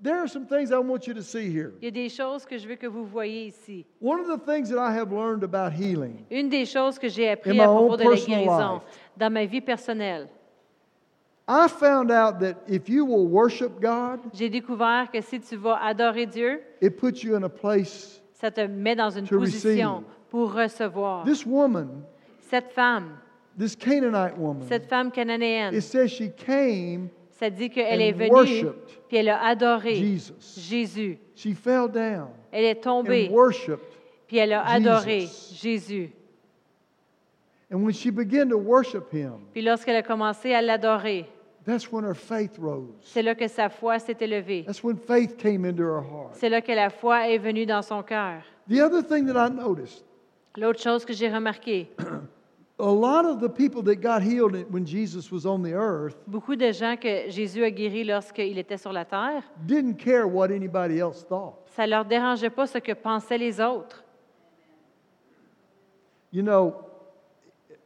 Speaker 1: there are some things I want you to see here.
Speaker 2: Il y a des choses que je veux que vous voyez ici.
Speaker 1: One of the things that I have learned about healing
Speaker 2: Une des choses que j'ai
Speaker 1: In
Speaker 2: appris
Speaker 1: my
Speaker 2: à
Speaker 1: own
Speaker 2: propos de la
Speaker 1: personal
Speaker 2: guérison
Speaker 1: life.
Speaker 2: dans ma vie personnelle,
Speaker 1: I found out that if you will worship God,
Speaker 2: j'ai découvert que si tu vas adorer Dieu,
Speaker 1: it puts you in a place.
Speaker 2: ça te met dans une
Speaker 1: To
Speaker 2: position
Speaker 1: receive.
Speaker 2: pour recevoir.
Speaker 1: This woman,
Speaker 2: Cette femme,
Speaker 1: this Canaanite woman,
Speaker 2: cette femme cananéenne,
Speaker 1: it says she came,
Speaker 2: ça dit qu'elle
Speaker 1: and
Speaker 2: est venue
Speaker 1: worshipped
Speaker 2: puis elle a adoré
Speaker 1: Jesus.
Speaker 2: Jésus.
Speaker 1: She fell down
Speaker 2: Elle est
Speaker 1: and
Speaker 2: tombée
Speaker 1: worshiped.
Speaker 2: puis elle a
Speaker 1: Jesus.
Speaker 2: adoré Jésus.
Speaker 1: And when she began to worship him,
Speaker 2: Puis lorsqu'elle a commencé à l'adorer,
Speaker 1: that's when her faith rose.
Speaker 2: c'est là que sa foi s'est élevée.
Speaker 1: That's when faith came into her heart.
Speaker 2: C'est là que la foi est venue dans son cœur.
Speaker 1: The other thing that I noticed
Speaker 2: L'autre chose que j'ai remarquée,
Speaker 1: a lot of the people that got healed when Jesus was on the earth
Speaker 2: Beaucoup de gens que Jésus a guéris lorsqu'il était sur la terre,
Speaker 1: didn't care what anybody else thought.
Speaker 2: ça leur dérangeait pas ce que pensaient les autres.
Speaker 1: You know,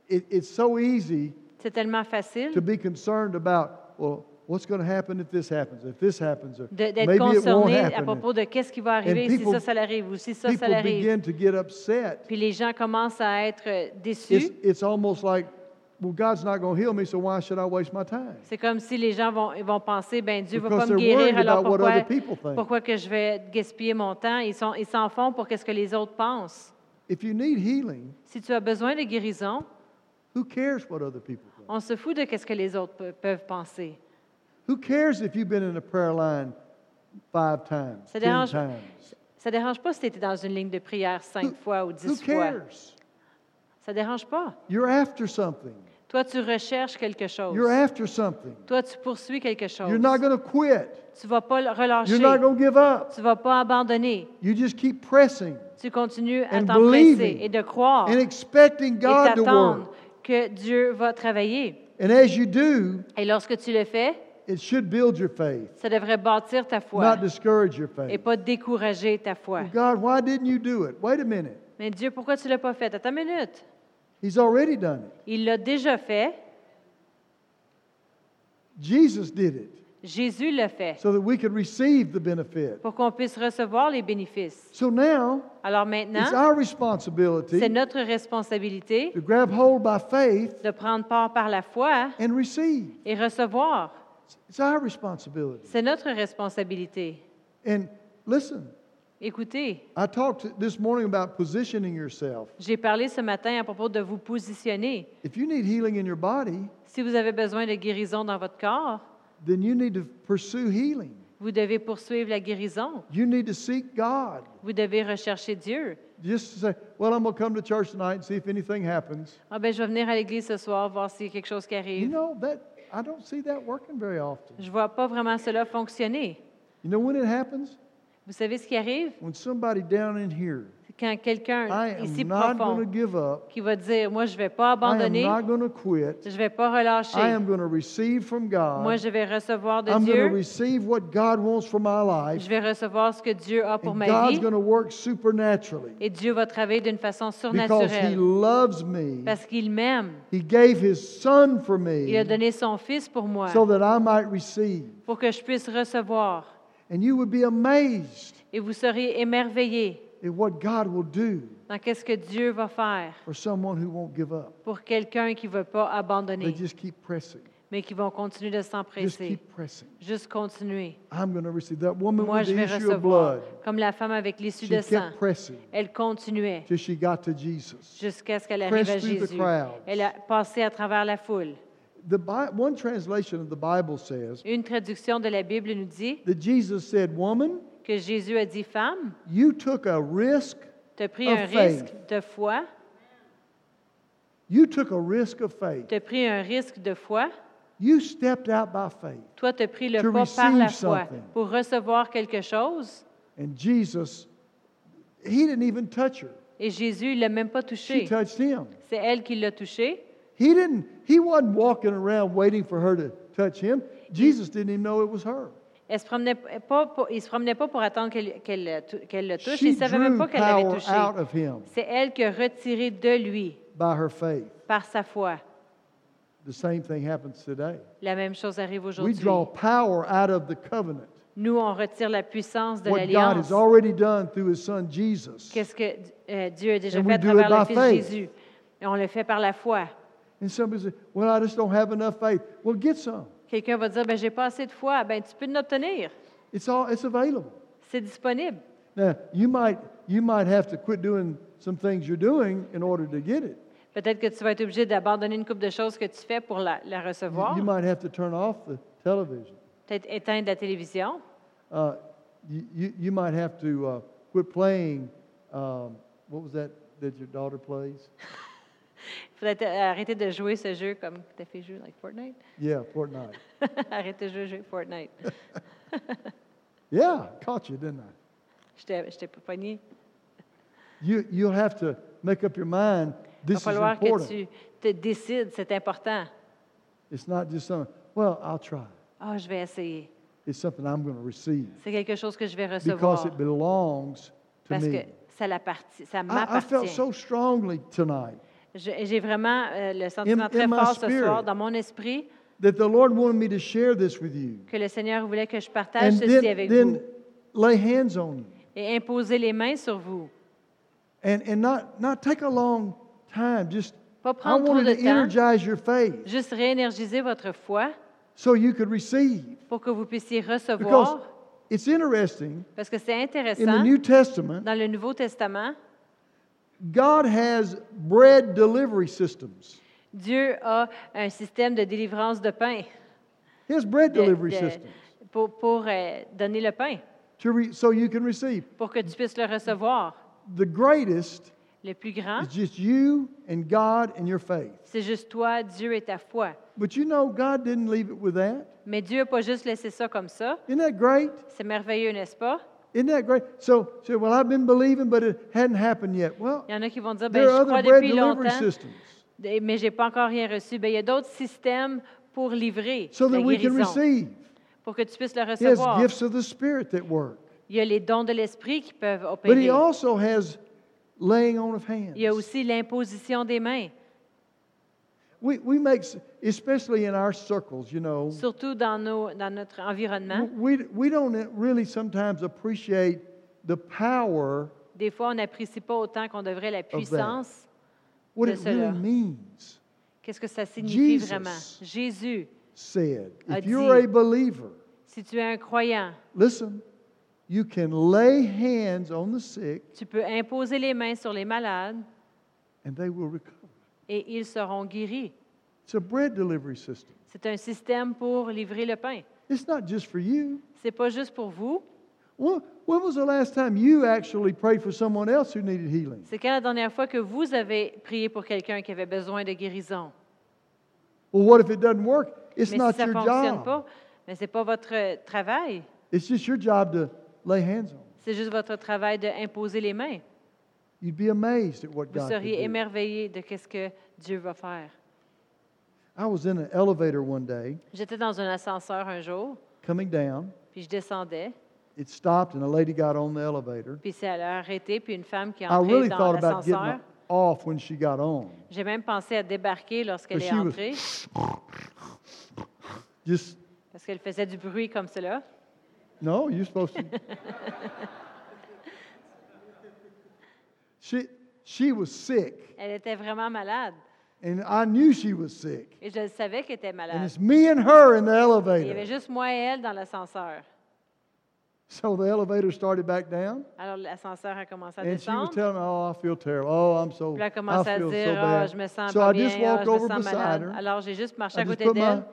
Speaker 1: it, it's so easy
Speaker 2: C'est tellement
Speaker 1: to
Speaker 2: facile
Speaker 1: be concerned about, well, what's going to happen if this happens, if this happens, or
Speaker 2: de-
Speaker 1: maybe
Speaker 2: d'être
Speaker 1: it won't
Speaker 2: concerné à
Speaker 1: happen.
Speaker 2: propos de qu'est-ce qui va arriver
Speaker 1: people-
Speaker 2: si ça, ça l'arrive ou si ça, ça
Speaker 1: People
Speaker 2: l'arrive.
Speaker 1: begin to get upset.
Speaker 2: Puis les gens commencent à être euh,
Speaker 1: It's,
Speaker 2: déçus.
Speaker 1: it's almost like, well, God's not going to heal me, so why should I waste my time?
Speaker 2: C'est comme si les gens vont, ils vont penser, ben Dieu ne va
Speaker 1: Because
Speaker 2: pas me
Speaker 1: they're worried
Speaker 2: guérir, alors
Speaker 1: about what
Speaker 2: pourquoi,
Speaker 1: other people think.
Speaker 2: pourquoi que je vais gaspiller mon temps? Ils s'en ils s'en font pour qu'est-ce que les autres pensent.
Speaker 1: If you need healing,
Speaker 2: Si tu as besoin de guérison,
Speaker 1: who cares what other people think?
Speaker 2: on se fout de qu'est-ce que les autres pe- peuvent penser.
Speaker 1: Who cares if you've been in a prayer line five times,
Speaker 2: Ça
Speaker 1: ten
Speaker 2: dérange-
Speaker 1: times?
Speaker 2: Ça dérange pas si tu étais dans une ligne de prière cinq fois ou
Speaker 1: Who
Speaker 2: dix fois.
Speaker 1: cares?
Speaker 2: Ça dérange pas.
Speaker 1: You're after something.
Speaker 2: Toi, tu recherches quelque chose.
Speaker 1: You're after something.
Speaker 2: Toi, tu poursuis quelque chose.
Speaker 1: You're not going to quit.
Speaker 2: Tu vas pas le
Speaker 1: You're
Speaker 2: relâcher.
Speaker 1: not going to give up.
Speaker 2: Tu vas pas abandonner.
Speaker 1: You just keep pressing
Speaker 2: Tu continues à
Speaker 1: And
Speaker 2: t'empresser
Speaker 1: believing.
Speaker 2: et de croire
Speaker 1: and
Speaker 2: et
Speaker 1: expecting God to
Speaker 2: t'attendre
Speaker 1: work.
Speaker 2: que Dieu va travailler.
Speaker 1: And as you do,
Speaker 2: Et lorsque tu le fais,
Speaker 1: it should build your faith,
Speaker 2: ça devrait bâtir ta foi
Speaker 1: not discourage your
Speaker 2: et
Speaker 1: faith.
Speaker 2: pas décourager ta foi.
Speaker 1: Well, God, why didn't you do it? Wait a minute.
Speaker 2: Mais Dieu, pourquoi tu l'as pas fait? Attends une minute.
Speaker 1: He's already done it.
Speaker 2: Il l'a déjà fait.
Speaker 1: Jesus did it
Speaker 2: Jésus l'a fait
Speaker 1: so that we could receive the benefit.
Speaker 2: pour qu'on puisse recevoir les bénéfices.
Speaker 1: So now
Speaker 2: Alors
Speaker 1: it's
Speaker 2: maintenant,
Speaker 1: our responsibility
Speaker 2: C'est notre responsabilité
Speaker 1: to grab hold by faith
Speaker 2: de prendre part par la foi
Speaker 1: and receive.
Speaker 2: et recevoir.
Speaker 1: It's our responsibility.
Speaker 2: C'est notre responsabilité.
Speaker 1: And listen,
Speaker 2: Écoutez,
Speaker 1: I talked this morning about positioning yourself.
Speaker 2: j'ai parlé ce matin à propos de vous positionner.
Speaker 1: If you need healing in your body,
Speaker 2: Si vous avez besoin de guérison dans votre corps,
Speaker 1: then you need to pursue healing.
Speaker 2: vous devez poursuivre la guérison.
Speaker 1: You need to seek God.
Speaker 2: Vous devez rechercher Dieu.
Speaker 1: Just say, Well, I'm going to come to church tonight and see if anything happens.
Speaker 2: Ah ben, je vais venir à l'église ce soir voir s'il y a quelque chose qui
Speaker 1: You
Speaker 2: arrive.
Speaker 1: know, that I don't see that working very often.
Speaker 2: Je vois pas vraiment cela fonctionner.
Speaker 1: You know when it happens?
Speaker 2: Vous savez ce qui arrive
Speaker 1: When somebody down in here,
Speaker 2: C'est quand
Speaker 1: I
Speaker 2: quelqu'un ici
Speaker 1: am not going
Speaker 2: profond
Speaker 1: to give up.
Speaker 2: qui va dire, moi je vais pas
Speaker 1: I am
Speaker 2: abandonner,
Speaker 1: not going to quit.
Speaker 2: je vais pas relâcher.
Speaker 1: I am going to receive from
Speaker 2: Moi,
Speaker 1: God.
Speaker 2: je vais recevoir de
Speaker 1: I'm going to
Speaker 2: Dieu.
Speaker 1: receive what God wants for my life.
Speaker 2: Je vais recevoir ce que Dieu a pour
Speaker 1: And
Speaker 2: ma
Speaker 1: God's
Speaker 2: vie.
Speaker 1: going to work supernaturally
Speaker 2: Et Dieu va travailler d'une façon
Speaker 1: because He
Speaker 2: surnaturelle.
Speaker 1: loves me.
Speaker 2: Parce qu'il m'aime.
Speaker 1: He gave His Son for
Speaker 2: Il a
Speaker 1: me
Speaker 2: donné son Fils pour moi.
Speaker 1: so that I might receive.
Speaker 2: Pour que je puisse recevoir.
Speaker 1: And you would be amazed
Speaker 2: Et vous serez émerveillés
Speaker 1: at what God will do
Speaker 2: dans qu'est-ce que Dieu va faire
Speaker 1: for someone who won't give up.
Speaker 2: pour quelqu'un qui ne veut pas
Speaker 1: They
Speaker 2: abandonner,
Speaker 1: just keep pressing.
Speaker 2: mais qui vont continuer de
Speaker 1: Just
Speaker 2: s'empresser.
Speaker 1: keep pressing.
Speaker 2: Juste continuer.
Speaker 1: I'm going to receive. That woman
Speaker 2: Moi,
Speaker 1: with
Speaker 2: je
Speaker 1: the
Speaker 2: vais
Speaker 1: issue of
Speaker 2: recevoir.
Speaker 1: blood,
Speaker 2: Comme la femme avec l'issue
Speaker 1: she
Speaker 2: de sang.
Speaker 1: kept pressing
Speaker 2: Elle continuait
Speaker 1: till she got to Jesus.
Speaker 2: jusqu'à ce qu'elle arrive à
Speaker 1: Pressed through the
Speaker 2: Jésus.
Speaker 1: crowds.
Speaker 2: Elle a passé à travers la foule.
Speaker 1: The Bi- one translation of the Bible says
Speaker 2: Une traduction de la Bible nous dit
Speaker 1: that Jesus said, Woman,
Speaker 2: que Jésus a dit Femme,
Speaker 1: you took a risk
Speaker 2: t'as- Tu as pris
Speaker 1: Of
Speaker 2: un
Speaker 1: faith.
Speaker 2: risque de foi.
Speaker 1: You took a risk of faith.
Speaker 2: Tu as pris un risque de foi.
Speaker 1: You stepped out by faith.
Speaker 2: Toi, tu as pris le
Speaker 1: To
Speaker 2: pas par la
Speaker 1: receive
Speaker 2: foi
Speaker 1: something.
Speaker 2: pour recevoir quelque chose.
Speaker 1: And Jesus, he didn't even touch her.
Speaker 2: Et Jésus ne l'a même pas
Speaker 1: She
Speaker 2: touché.
Speaker 1: touched him.
Speaker 2: C'est elle qui l'a touché.
Speaker 1: He didn't, he wasn't walking around waiting for her to touch him. Jesus didn't even know it was her.
Speaker 2: Elle se promenait pas pour- il ne se promenait pas pour attendre qu'elle qu'elle le tou- qu'elle le touche.
Speaker 1: She
Speaker 2: Il ne savait même
Speaker 1: drew
Speaker 2: pas qu'elle l'avait
Speaker 1: power
Speaker 2: touché.
Speaker 1: out of him
Speaker 2: C'est elle qui a retiré de lui
Speaker 1: by her faith.
Speaker 2: par sa foi.
Speaker 1: The same thing happens today.
Speaker 2: La même chose arrive
Speaker 1: We
Speaker 2: aujourd'hui.
Speaker 1: draw power out of the covenant.
Speaker 2: Nous, on retire la puissance de
Speaker 1: What God
Speaker 2: l'alliance.
Speaker 1: has already done through his son Jesus.
Speaker 2: Qu'est-ce que euh, Dieu a déjà
Speaker 1: And
Speaker 2: fait
Speaker 1: we
Speaker 2: à
Speaker 1: do
Speaker 2: travers
Speaker 1: it
Speaker 2: le
Speaker 1: by
Speaker 2: Fils
Speaker 1: faith.
Speaker 2: Jésus? Et on le fait par la foi.
Speaker 1: And somebody says, Well, I just don't have enough faith. Well, get some.
Speaker 2: Quelqu'un va dire, ben, j'ai pas assez de foi. Ben, tu peux l'obtenir.
Speaker 1: It's all it's available.
Speaker 2: C'est disponible.
Speaker 1: Now you might you might have to quit doing some things you're doing in order to get it.
Speaker 2: Peut-être que tu vas être obligé d'abandonner une coupe de choses que tu fais pour la, la
Speaker 1: You,
Speaker 2: recevoir.
Speaker 1: you might have to turn off the television.
Speaker 2: Peut-être éteindre la télévision.
Speaker 1: Uh, you, you, you might have to uh, quit playing. Um, what was that that your daughter plays?
Speaker 2: Peut-être euh, arrêter de jouer ce jeu comme tu as fait jouer, like Fortnite.
Speaker 1: Yeah, Fortnite.
Speaker 2: Arrête de jouer, jouer Fortnite.
Speaker 1: Yeah, caught you, didn't I?
Speaker 2: Je t'ai je t'ai pas pogné.
Speaker 1: You you'll have to make up your mind.
Speaker 2: Il va
Speaker 1: This is
Speaker 2: falloir que
Speaker 1: important.
Speaker 2: tu te décides, c'est important.
Speaker 1: It's not just something. Well, I'll try.
Speaker 2: Ah, je vais essayer.
Speaker 1: It's something I'm going to receive
Speaker 2: C'est quelque chose que je vais
Speaker 1: because
Speaker 2: recevoir
Speaker 1: it belongs to
Speaker 2: parce
Speaker 1: me.
Speaker 2: que ça, l'apparti- ça
Speaker 1: I, I felt
Speaker 2: m'appartient.
Speaker 1: so strongly tonight
Speaker 2: Je- J'ai vraiment euh, le sentiment
Speaker 1: In-
Speaker 2: très
Speaker 1: in my
Speaker 2: fort ce
Speaker 1: spirit.
Speaker 2: soir dans mon esprit
Speaker 1: that the Lord wanted me to share this with you
Speaker 2: que le Seigneur voulait que je partage
Speaker 1: and
Speaker 2: ceci
Speaker 1: then,
Speaker 2: avec vous
Speaker 1: then lay hands on you
Speaker 2: et imposer les mains sur vous.
Speaker 1: and, and not, not take a long time. Just
Speaker 2: Pas
Speaker 1: I
Speaker 2: prendre trop
Speaker 1: wanted
Speaker 2: de
Speaker 1: to
Speaker 2: temps,
Speaker 1: energize your faith
Speaker 2: juste réénergiser votre foi
Speaker 1: so you could receive.
Speaker 2: pour que vous puissiez
Speaker 1: Because
Speaker 2: recevoir,
Speaker 1: it's interesting,
Speaker 2: parce que c'est
Speaker 1: in the
Speaker 2: intéressant,
Speaker 1: New Testament,
Speaker 2: dans le Nouveau Testament,
Speaker 1: God has bread delivery systems.
Speaker 2: Dieu a un système de délivrance de pain
Speaker 1: He has bread
Speaker 2: de-
Speaker 1: delivery
Speaker 2: de-
Speaker 1: systems
Speaker 2: pour, pour, euh, donner le pain,
Speaker 1: to re, so you can receive.
Speaker 2: pour que tu puisses le recevoir.
Speaker 1: The greatest
Speaker 2: Le plus grand,
Speaker 1: is just you and God and your faith.
Speaker 2: c'est juste toi, Dieu et ta foi.
Speaker 1: But you know, God didn't leave it with that.
Speaker 2: Mais Dieu n'a pas juste laissé ça comme ça.
Speaker 1: Isn't that great?
Speaker 2: C'est merveilleux, n'est-ce pas?
Speaker 1: Isn't that great? So, so well, I've been believing, but it hadn't happened yet. Well,
Speaker 2: Il y en a qui vont dire, ben,
Speaker 1: there are
Speaker 2: je
Speaker 1: other
Speaker 2: crois
Speaker 1: bread
Speaker 2: depuis
Speaker 1: delivery
Speaker 2: longtemps,
Speaker 1: systems
Speaker 2: mais je n'ai pas encore rien reçu. Ben, il y a d'autres systèmes pour livrer
Speaker 1: so
Speaker 2: la
Speaker 1: that we can
Speaker 2: guérison,
Speaker 1: receive.
Speaker 2: pour que tu puisses le
Speaker 1: He has
Speaker 2: recevoir.
Speaker 1: gifts of the Spirit that work,
Speaker 2: Il y a les dons de l'esprit qui peuvent
Speaker 1: but He
Speaker 2: opérer.
Speaker 1: also has laying on of hands.
Speaker 2: Il y a aussi l'imposition des mains,
Speaker 1: We, we make, s- especially in our circles, you know,
Speaker 2: surtout dans, nos, dans notre environnement.
Speaker 1: we, we don't really sometimes appreciate the power,
Speaker 2: Des fois, on n'apprécie pas autant qu'on devrait la puissance.
Speaker 1: what
Speaker 2: De
Speaker 1: it
Speaker 2: cela.
Speaker 1: really means.
Speaker 2: Qu'est-ce que ça signifie
Speaker 1: Jesus.
Speaker 2: vraiment? Jésus,
Speaker 1: Said,
Speaker 2: A
Speaker 1: if you're
Speaker 2: dit.
Speaker 1: a believer,
Speaker 2: si tu es un croyant,
Speaker 1: listen, you can lay hands on the sick
Speaker 2: tu peux imposer les mains sur les malades
Speaker 1: and they will recover.
Speaker 2: et ils seront guéris.
Speaker 1: It's a bread delivery system.
Speaker 2: C'est un système pour livrer le pain.
Speaker 1: It's not just for you.
Speaker 2: C'est pas juste pour vous.
Speaker 1: When, when was the last time you actually prayed for someone else who needed healing?
Speaker 2: C'est quand la dernière fois que vous avez prié pour quelqu'un qui avait besoin de guérison?
Speaker 1: Well, what if it doesn't work? It's
Speaker 2: Mais si
Speaker 1: not
Speaker 2: ça
Speaker 1: your
Speaker 2: ne fonctionne
Speaker 1: job.
Speaker 2: pas, mais c'est pas votre euh, travail.
Speaker 1: It's just your job to lay hands on. them.
Speaker 2: C'est juste votre travail d'imposer les mains.
Speaker 1: You'd be amazed at what
Speaker 2: Vous
Speaker 1: God can
Speaker 2: seriez
Speaker 1: do.
Speaker 2: émerveillés de quest ce que Dieu va faire.
Speaker 1: I was in an elevator one day,
Speaker 2: J'étais dans un ascenseur un jour,
Speaker 1: coming down.
Speaker 2: puis je descendais,
Speaker 1: It stopped, and a lady got on the elevator.
Speaker 2: puis ça a arrêté, puis une femme qui est
Speaker 1: I
Speaker 2: entrée
Speaker 1: Ah, really
Speaker 2: dans
Speaker 1: thought about
Speaker 2: l'ascenseur.
Speaker 1: getting off when she got on.
Speaker 2: J'ai même pensé à débarquer lorsqu'elle
Speaker 1: But
Speaker 2: est
Speaker 1: she was-
Speaker 2: entrée,
Speaker 1: Just
Speaker 2: parce qu'elle faisait du bruit comme cela.
Speaker 1: No, you're supposed to. she, she was sick,
Speaker 2: Elle était vraiment malade,
Speaker 1: and I knew she was sick.
Speaker 2: et je le savais qu'elle était
Speaker 1: And
Speaker 2: malade.
Speaker 1: it's me and her in the
Speaker 2: Il y avait
Speaker 1: elevator.
Speaker 2: juste moi et elle dans l'ascenseur.
Speaker 1: So the elevator started back down,
Speaker 2: Alors l'ascenseur a commencé à
Speaker 1: and she was
Speaker 2: descendre.
Speaker 1: telling me, "Oh, I feel terrible. Oh, I'm so,
Speaker 2: Puis elle a
Speaker 1: I
Speaker 2: commencé à
Speaker 1: feel so
Speaker 2: dire, Ah, je me
Speaker 1: bad."
Speaker 2: sens
Speaker 1: So
Speaker 2: pas
Speaker 1: I
Speaker 2: bien,
Speaker 1: just
Speaker 2: Ah,
Speaker 1: walked
Speaker 2: je me
Speaker 1: over
Speaker 2: sens
Speaker 1: beside
Speaker 2: malade.
Speaker 1: her.
Speaker 2: Alors j'ai juste marché
Speaker 1: I
Speaker 2: à
Speaker 1: just
Speaker 2: côté
Speaker 1: put my
Speaker 2: d'elle,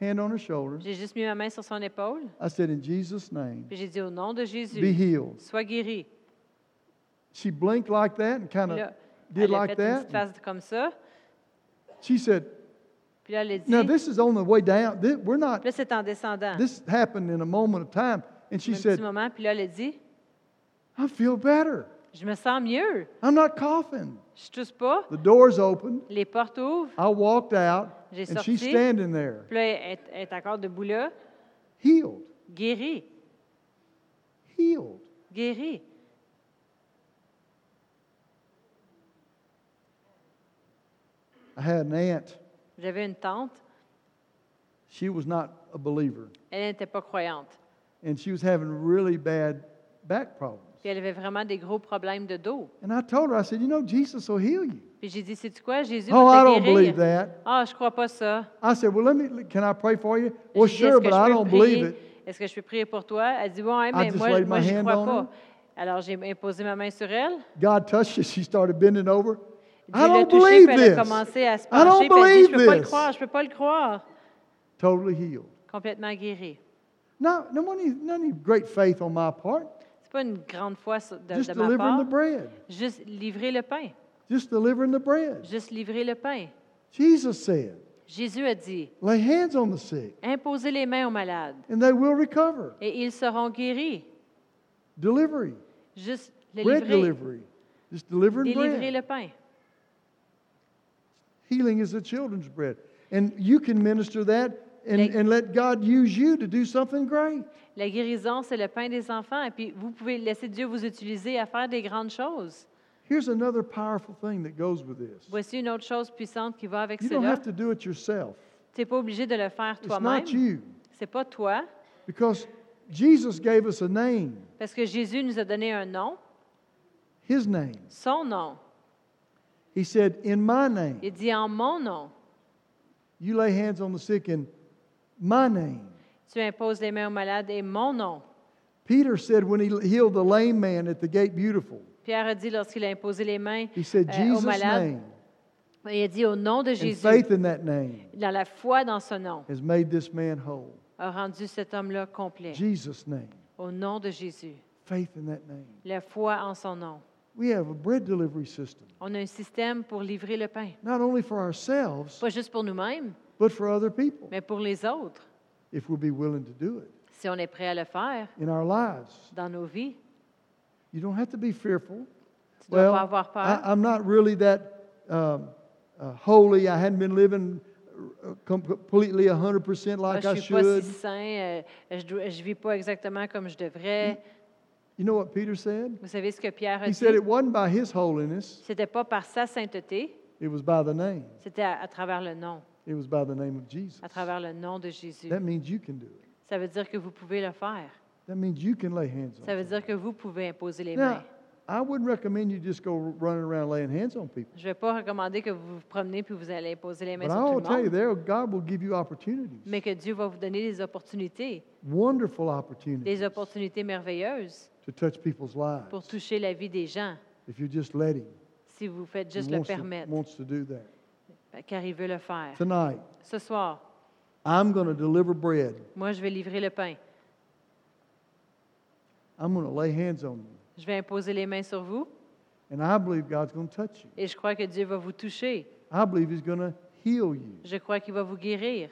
Speaker 1: hand on her shoulder.
Speaker 2: j'ai juste mis ma main sur son épaule,
Speaker 1: I said, "In Jesus' name,
Speaker 2: puis j'ai dit au nom de
Speaker 1: be
Speaker 2: Jésus,
Speaker 1: healed."
Speaker 2: sois guéri.
Speaker 1: She blinked like that and kind of
Speaker 2: Là,
Speaker 1: did
Speaker 2: elle a
Speaker 1: like
Speaker 2: fait une petite
Speaker 1: that.
Speaker 2: face comme ça.
Speaker 1: She said,
Speaker 2: Puis là, elle a dit,
Speaker 1: Now this is on the way down. Thi- we're not,
Speaker 2: là, c'est en descendant.
Speaker 1: this happened in a moment of time. And she
Speaker 2: un petit
Speaker 1: said,
Speaker 2: moment, puis là, elle a dit,
Speaker 1: I feel better.
Speaker 2: je me sens mieux.
Speaker 1: I'm not coughing.
Speaker 2: Je tousse pas.
Speaker 1: The doors opened.
Speaker 2: Les portes ouvrent.
Speaker 1: I walked out,
Speaker 2: J'ai
Speaker 1: and she's
Speaker 2: sorti.
Speaker 1: standing there,
Speaker 2: Puis là, elle est- elle est encore debout là,
Speaker 1: healed,
Speaker 2: guérie,
Speaker 1: healed.
Speaker 2: guérie.
Speaker 1: I had an aunt.
Speaker 2: J'avais une tante,
Speaker 1: She was not a believer,
Speaker 2: elle n'était pas croyante.
Speaker 1: and she was having really bad back problems.
Speaker 2: Puis elle avait vraiment des gros problèmes de dos.
Speaker 1: And I told her, I said, You know, Jesus will heal you.
Speaker 2: Puis j'ai dit, c'est quoi, Jésus
Speaker 1: Oh, I
Speaker 2: va te
Speaker 1: don't believe
Speaker 2: guérir?
Speaker 1: that.
Speaker 2: Ah, je crois pas ça.
Speaker 1: I said, Well, let me, can I pray for you?
Speaker 2: J'ai
Speaker 1: Well,
Speaker 2: dit, Est-ce
Speaker 1: sure,
Speaker 2: que
Speaker 1: but
Speaker 2: je
Speaker 1: I
Speaker 2: peux
Speaker 1: don't believe
Speaker 2: prier?
Speaker 1: it.
Speaker 2: Est-ce que je peux prier pour toi? Elle dit, ouais, mais
Speaker 1: just
Speaker 2: moi,
Speaker 1: laid
Speaker 2: moi
Speaker 1: my
Speaker 2: je
Speaker 1: hand
Speaker 2: crois
Speaker 1: on
Speaker 2: pas.
Speaker 1: her.
Speaker 2: Alors, j'ai imposé ma main sur elle.
Speaker 1: God touched her. She started bending over. I
Speaker 2: Dieu l'a
Speaker 1: don't
Speaker 2: touchée,
Speaker 1: believe
Speaker 2: puis elle a
Speaker 1: this.
Speaker 2: commencé à se
Speaker 1: I
Speaker 2: pencher,
Speaker 1: don't
Speaker 2: puis elle dit, je peux pas le
Speaker 1: believe
Speaker 2: croire,
Speaker 1: this.
Speaker 2: je peux pas le croire.
Speaker 1: Totally healed.
Speaker 2: Complètement guérie.
Speaker 1: No, no one, needs- no need great faith on my part.
Speaker 2: C'est pas une grande foi sur- de,
Speaker 1: Just
Speaker 2: de ma
Speaker 1: delivering the
Speaker 2: part.
Speaker 1: bread.
Speaker 2: Juste livrer le pain.
Speaker 1: Just delivering the bread.
Speaker 2: Juste livrer le pain.
Speaker 1: Jesus said,
Speaker 2: Jésus a dit,
Speaker 1: Lay hands on the sick,
Speaker 2: imposez les mains aux malades
Speaker 1: and they will recover.
Speaker 2: et ils seront guéris.
Speaker 1: Delivery,
Speaker 2: Juste le
Speaker 1: bread
Speaker 2: livrer,
Speaker 1: delivery. Just delivering
Speaker 2: délivrer
Speaker 1: bread.
Speaker 2: le pain.
Speaker 1: Healing is the children's bread. And you can minister that and,
Speaker 2: Like-
Speaker 1: and let God use you to do something great.
Speaker 2: La guérison, c'est le pain des enfants. Et puis, vous pouvez laisser Dieu vous utiliser à faire des grandes choses.
Speaker 1: Here's another powerful thing that goes with this
Speaker 2: Voici une autre chose puissante qui va avec
Speaker 1: you don't
Speaker 2: cela.
Speaker 1: have to do it yourself,
Speaker 2: Tu n'es pas obligé de le faire
Speaker 1: it's not
Speaker 2: toi-même.
Speaker 1: you.
Speaker 2: C'est pas toi,
Speaker 1: Because Jesus gave us a name,
Speaker 2: parce que Jésus nous a donné un nom,
Speaker 1: His name.
Speaker 2: son nom.
Speaker 1: He said, In my name.
Speaker 2: Il dit en mon nom.
Speaker 1: You lay hands on the sick in my name.
Speaker 2: Tu imposes les mains aux malades et mon nom.
Speaker 1: Peter said when he healed the lame man at the gate beautiful,
Speaker 2: Pierre a dit lorsqu'il a imposé les mains
Speaker 1: he said,
Speaker 2: euh, aux
Speaker 1: Jesus'
Speaker 2: malades,
Speaker 1: name
Speaker 2: il a dit au nom de
Speaker 1: and
Speaker 2: Jésus,
Speaker 1: faith in that name
Speaker 2: dans la foi dans ce nom,
Speaker 1: has made this man whole.
Speaker 2: a rendu cet homme-là complet.
Speaker 1: Jesus' name,
Speaker 2: Au nom de Jésus,
Speaker 1: faith in that name.
Speaker 2: la foi en son nom.
Speaker 1: We have a bread delivery system,
Speaker 2: On a un système pour livrer le pain,
Speaker 1: not only for ourselves,
Speaker 2: pas juste pour nous-mêmes,
Speaker 1: but for other people,
Speaker 2: mais pour les autres,
Speaker 1: if we'll be willing to do it
Speaker 2: si on est prêt à le faire
Speaker 1: in our lives.
Speaker 2: dans nos vies.
Speaker 1: You don't have to be fearful.
Speaker 2: Tu dois
Speaker 1: Well,
Speaker 2: pas avoir
Speaker 1: I,
Speaker 2: peur.
Speaker 1: I'm not really that um, uh, holy. I hadn't been living uh, com- completely 100%
Speaker 2: Moi,
Speaker 1: like
Speaker 2: Ah,
Speaker 1: I
Speaker 2: je ne suis pas si
Speaker 1: should.
Speaker 2: sain, euh, je ne vis pas exactement comme je devrais.
Speaker 1: You know what Peter said?
Speaker 2: Vous savez ce que Pierre a
Speaker 1: He
Speaker 2: dit?
Speaker 1: said it wasn't by his holiness,
Speaker 2: C'était pas par sa sainteté,
Speaker 1: it was by the name.
Speaker 2: c'était à, à travers le nom,
Speaker 1: It was by the name of Jesus.
Speaker 2: à travers le nom de Jésus.
Speaker 1: That means you can do it.
Speaker 2: Ça veut dire que vous pouvez le faire.
Speaker 1: That means you can lay hands on
Speaker 2: Ça veut
Speaker 1: people.
Speaker 2: dire que vous pouvez imposer les mains.
Speaker 1: Now, I wouldn't recommend you just go running around laying hands on people.
Speaker 2: Je ne vais pas recommander que vous vous promenez puis vous allez imposer les mains
Speaker 1: But I
Speaker 2: sur
Speaker 1: will
Speaker 2: tout le
Speaker 1: tell you,
Speaker 2: monde,
Speaker 1: there God will give you opportunities,
Speaker 2: mais que Dieu va vous donner des opportunités,
Speaker 1: wonderful opportunities
Speaker 2: des opportunités merveilleuses
Speaker 1: to touch people's lives
Speaker 2: pour toucher la vie des gens,
Speaker 1: if you just let Him.
Speaker 2: si vous faites
Speaker 1: He
Speaker 2: juste le
Speaker 1: wants to-
Speaker 2: permettre,
Speaker 1: wants to do that.
Speaker 2: car il veut le faire.
Speaker 1: Tonight,
Speaker 2: Ce soir,
Speaker 1: I'm going to deliver bread.
Speaker 2: moi, je vais livrer le pain.
Speaker 1: I'm going to lay hands on you.
Speaker 2: Je vais imposer les mains sur vous
Speaker 1: And I believe God's going to touch you.
Speaker 2: et je crois que Dieu va vous toucher.
Speaker 1: I believe He's going to heal you.
Speaker 2: Je crois qu'il va vous guérir.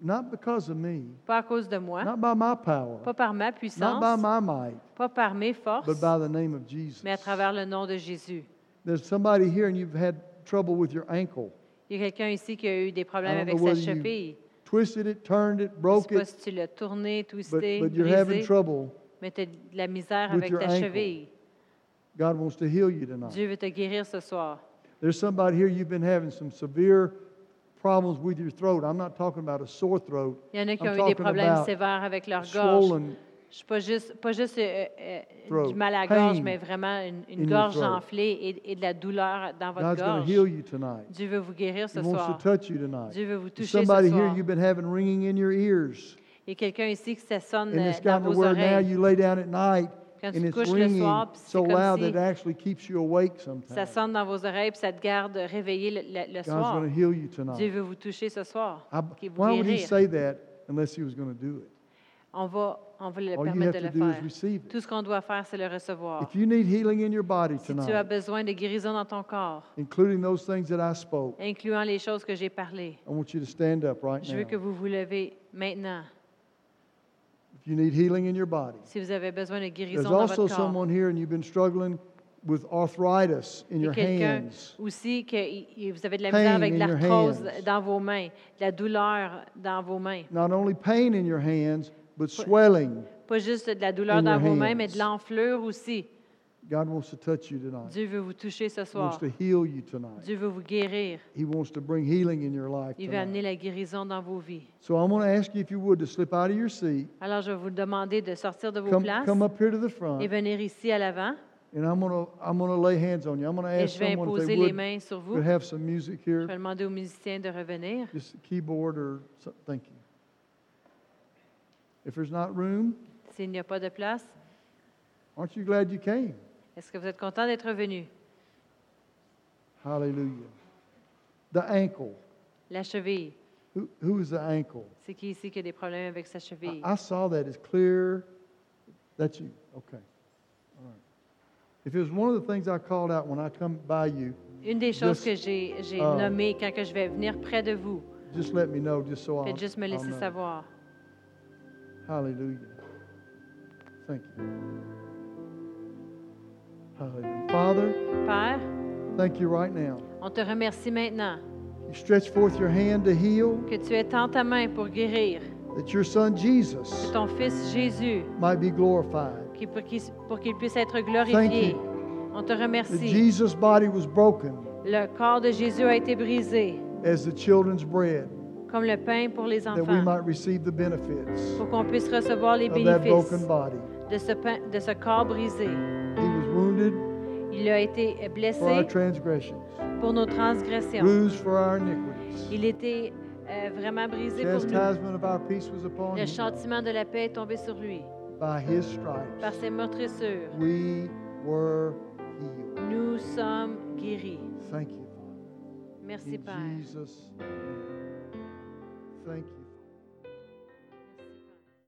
Speaker 1: Not because of me,
Speaker 2: Pas à cause de moi,
Speaker 1: not by my power,
Speaker 2: pas par ma
Speaker 1: not by
Speaker 2: puissance,
Speaker 1: my might,
Speaker 2: pas par mes
Speaker 1: but
Speaker 2: forces,
Speaker 1: by the name of Jesus.
Speaker 2: mais à travers le nom de Jésus.
Speaker 1: There's somebody here and you've had trouble with your ankle.
Speaker 2: Il y a quelqu'un ici qui a eu des problèmes
Speaker 1: I don't
Speaker 2: avec
Speaker 1: know
Speaker 2: sa
Speaker 1: whether you
Speaker 2: cheville.
Speaker 1: Twisted it, turned it,
Speaker 2: Je sais
Speaker 1: broke
Speaker 2: pas
Speaker 1: it,
Speaker 2: si tu l'as tourné,
Speaker 1: but,
Speaker 2: twisté,
Speaker 1: but you're having
Speaker 2: brisé,
Speaker 1: trouble.
Speaker 2: mais tu as de la misère
Speaker 1: with
Speaker 2: avec
Speaker 1: your
Speaker 2: ta
Speaker 1: ankle.
Speaker 2: cheville.
Speaker 1: God wants to heal you tonight.
Speaker 2: Dieu veut te guérir ce soir.
Speaker 1: There's somebody here you've been having some severe problems with your throat. I'm not talking about a sore throat,
Speaker 2: Il y en a qui
Speaker 1: I'm
Speaker 2: ont eu des
Speaker 1: talking
Speaker 2: problèmes
Speaker 1: about
Speaker 2: sévères avec leur gorge.
Speaker 1: swollen.
Speaker 2: Je suis pas juste, pas juste euh, euh,
Speaker 1: Throat.
Speaker 2: du mal à la
Speaker 1: Pain
Speaker 2: gorge, mais vraiment une, une
Speaker 1: in your
Speaker 2: gorge
Speaker 1: throat.
Speaker 2: enflée et, et de la douleur dans votre
Speaker 1: God's going to heal
Speaker 2: gorge.
Speaker 1: you tonight.
Speaker 2: Dieu veut vous guérir
Speaker 1: He
Speaker 2: ce soir.
Speaker 1: wants to touch you tonight.
Speaker 2: Dieu veut vous toucher ce soir.
Speaker 1: Somebody here, you've been having ringing in your ears,
Speaker 2: Il y a quelqu'un ici que ça sonne
Speaker 1: and
Speaker 2: euh,
Speaker 1: it's
Speaker 2: dans
Speaker 1: gotten to
Speaker 2: vos
Speaker 1: where now
Speaker 2: oreilles.
Speaker 1: you lay down at night,
Speaker 2: Quand tu
Speaker 1: and
Speaker 2: te
Speaker 1: it's
Speaker 2: couches le soir,
Speaker 1: ringing
Speaker 2: puis c'est
Speaker 1: so
Speaker 2: comme
Speaker 1: loud
Speaker 2: si-
Speaker 1: that it actually keeps you awake
Speaker 2: Ça
Speaker 1: sometimes.
Speaker 2: sonne dans vos oreilles puis ça te garde réveillé le, le- le
Speaker 1: God's
Speaker 2: soir.
Speaker 1: going to heal you
Speaker 2: Dieu
Speaker 1: tonight.
Speaker 2: veut vous toucher ce soir.
Speaker 1: I-
Speaker 2: qu'il vous
Speaker 1: why would He
Speaker 2: guérir.
Speaker 1: say that unless He was going to do it?
Speaker 2: on va, on va le
Speaker 1: All you have
Speaker 2: permettre de
Speaker 1: to
Speaker 2: le
Speaker 1: do is
Speaker 2: faire.
Speaker 1: receive it.
Speaker 2: Tout ce qu'on doit faire, c'est le recevoir.
Speaker 1: If you need healing in your body
Speaker 2: Si tu as
Speaker 1: tonight,
Speaker 2: besoin de guérison dans ton corps,
Speaker 1: including those things that I spoke,
Speaker 2: incluant les choses que j'ai parlé,
Speaker 1: I want you to stand up right
Speaker 2: je veux
Speaker 1: now.
Speaker 2: que vous vous levez maintenant
Speaker 1: If you need healing in your body,
Speaker 2: si vous avez besoin de
Speaker 1: there's
Speaker 2: guérison dans
Speaker 1: also
Speaker 2: votre corps.
Speaker 1: someone here and you've been struggling with arthritis in
Speaker 2: Il y
Speaker 1: your
Speaker 2: a quelqu'un
Speaker 1: hands.
Speaker 2: aussi que y- y- vous avez de la
Speaker 1: Pain
Speaker 2: misère avec
Speaker 1: in
Speaker 2: de
Speaker 1: your
Speaker 2: l'arthrose
Speaker 1: hands.
Speaker 2: dans vos mains, de la douleur dans vos mains.
Speaker 1: Not only pain in your hands, but swelling.
Speaker 2: Pas juste de la douleur
Speaker 1: In your
Speaker 2: dans vos mains,
Speaker 1: hands.
Speaker 2: mais de l'enflure aussi.
Speaker 1: God wants to touch you tonight.
Speaker 2: Dieu veut vous toucher ce
Speaker 1: He wants
Speaker 2: soir.
Speaker 1: to heal you tonight.
Speaker 2: Dieu veut vous guérir.
Speaker 1: He wants to bring healing in your life
Speaker 2: Il veut amener
Speaker 1: tonight.
Speaker 2: la guérison dans vos vies.
Speaker 1: So I'm going to ask you, if you would, to slip out of your seat,
Speaker 2: Alors, je vais vous demander de sortir de vos
Speaker 1: come,
Speaker 2: places
Speaker 1: come up here to the
Speaker 2: et
Speaker 1: front,
Speaker 2: venir ici à l'avant.
Speaker 1: and I'm going to I'm going to lay hands on you. I'm going to
Speaker 2: Et
Speaker 1: ask
Speaker 2: je vais
Speaker 1: someone if
Speaker 2: imposer
Speaker 1: they
Speaker 2: les
Speaker 1: would
Speaker 2: mains sur vous.
Speaker 1: could have some music
Speaker 2: Je
Speaker 1: here,
Speaker 2: vais demander aux musiciens de revenir.
Speaker 1: just a keyboard or something. Thank you. If there's not room,
Speaker 2: S'il n'y a pas de place,
Speaker 1: aren't you glad you came?
Speaker 2: est-ce que vous êtes content d'être venu?
Speaker 1: Hallelujah. The ankle.
Speaker 2: La cheville.
Speaker 1: Who, who is the ankle?
Speaker 2: C'est qui ici qui a des problèmes avec sa cheville?
Speaker 1: I, I saw that as clear. That's you. Okay. All right. If it was one of the things I called out when I come by you,
Speaker 2: Une des choses
Speaker 1: ah, Just,
Speaker 2: que j'ai j'ai
Speaker 1: uh,
Speaker 2: nommées quand que je vais venir près de vous,
Speaker 1: just let me know, just so I'll,
Speaker 2: faites juste me
Speaker 1: I'll
Speaker 2: laisser
Speaker 1: know.
Speaker 2: savoir.
Speaker 1: Hallelujah. Thank you. Hallelujah. Father,
Speaker 2: Père,
Speaker 1: thank you right now.
Speaker 2: on te remercie maintenant
Speaker 1: You stretch forth your hand to heal,
Speaker 2: que tu étends ta main pour guérir
Speaker 1: that your son Jesus
Speaker 2: ton fils Jésus
Speaker 1: might be glorified.
Speaker 2: qui- pour qu'il pour qu'il puisse être glorifié. On te
Speaker 1: That
Speaker 2: remercie.
Speaker 1: Jesus' body was broken
Speaker 2: Le corps de Jésus a été brisé
Speaker 1: as the children's bread,
Speaker 2: comme le pain pour les
Speaker 1: that we
Speaker 2: enfants
Speaker 1: might receive the benefits
Speaker 2: pour qu'on puisse recevoir les
Speaker 1: of that broken
Speaker 2: bénéfices
Speaker 1: body.
Speaker 2: de ce, pain, de ce corps brisé.
Speaker 1: He was wounded
Speaker 2: Il a été euh,
Speaker 1: for our
Speaker 2: blessé
Speaker 1: transgressions,
Speaker 2: pour nos transgressions.
Speaker 1: bruised for our iniquities.
Speaker 2: Il était euh, vraiment brisé pour nous.
Speaker 1: Chastisement of our peace was upon
Speaker 2: Le
Speaker 1: him.
Speaker 2: châtiment de la paix est tombé sur lui.
Speaker 1: By his
Speaker 2: Par
Speaker 1: stripes,
Speaker 2: ses meurtrissures,
Speaker 1: we were healed.
Speaker 2: nous sommes guéris.
Speaker 1: Thank you, Father.
Speaker 2: Merci, Père.
Speaker 1: In Jesus' name. Thank you.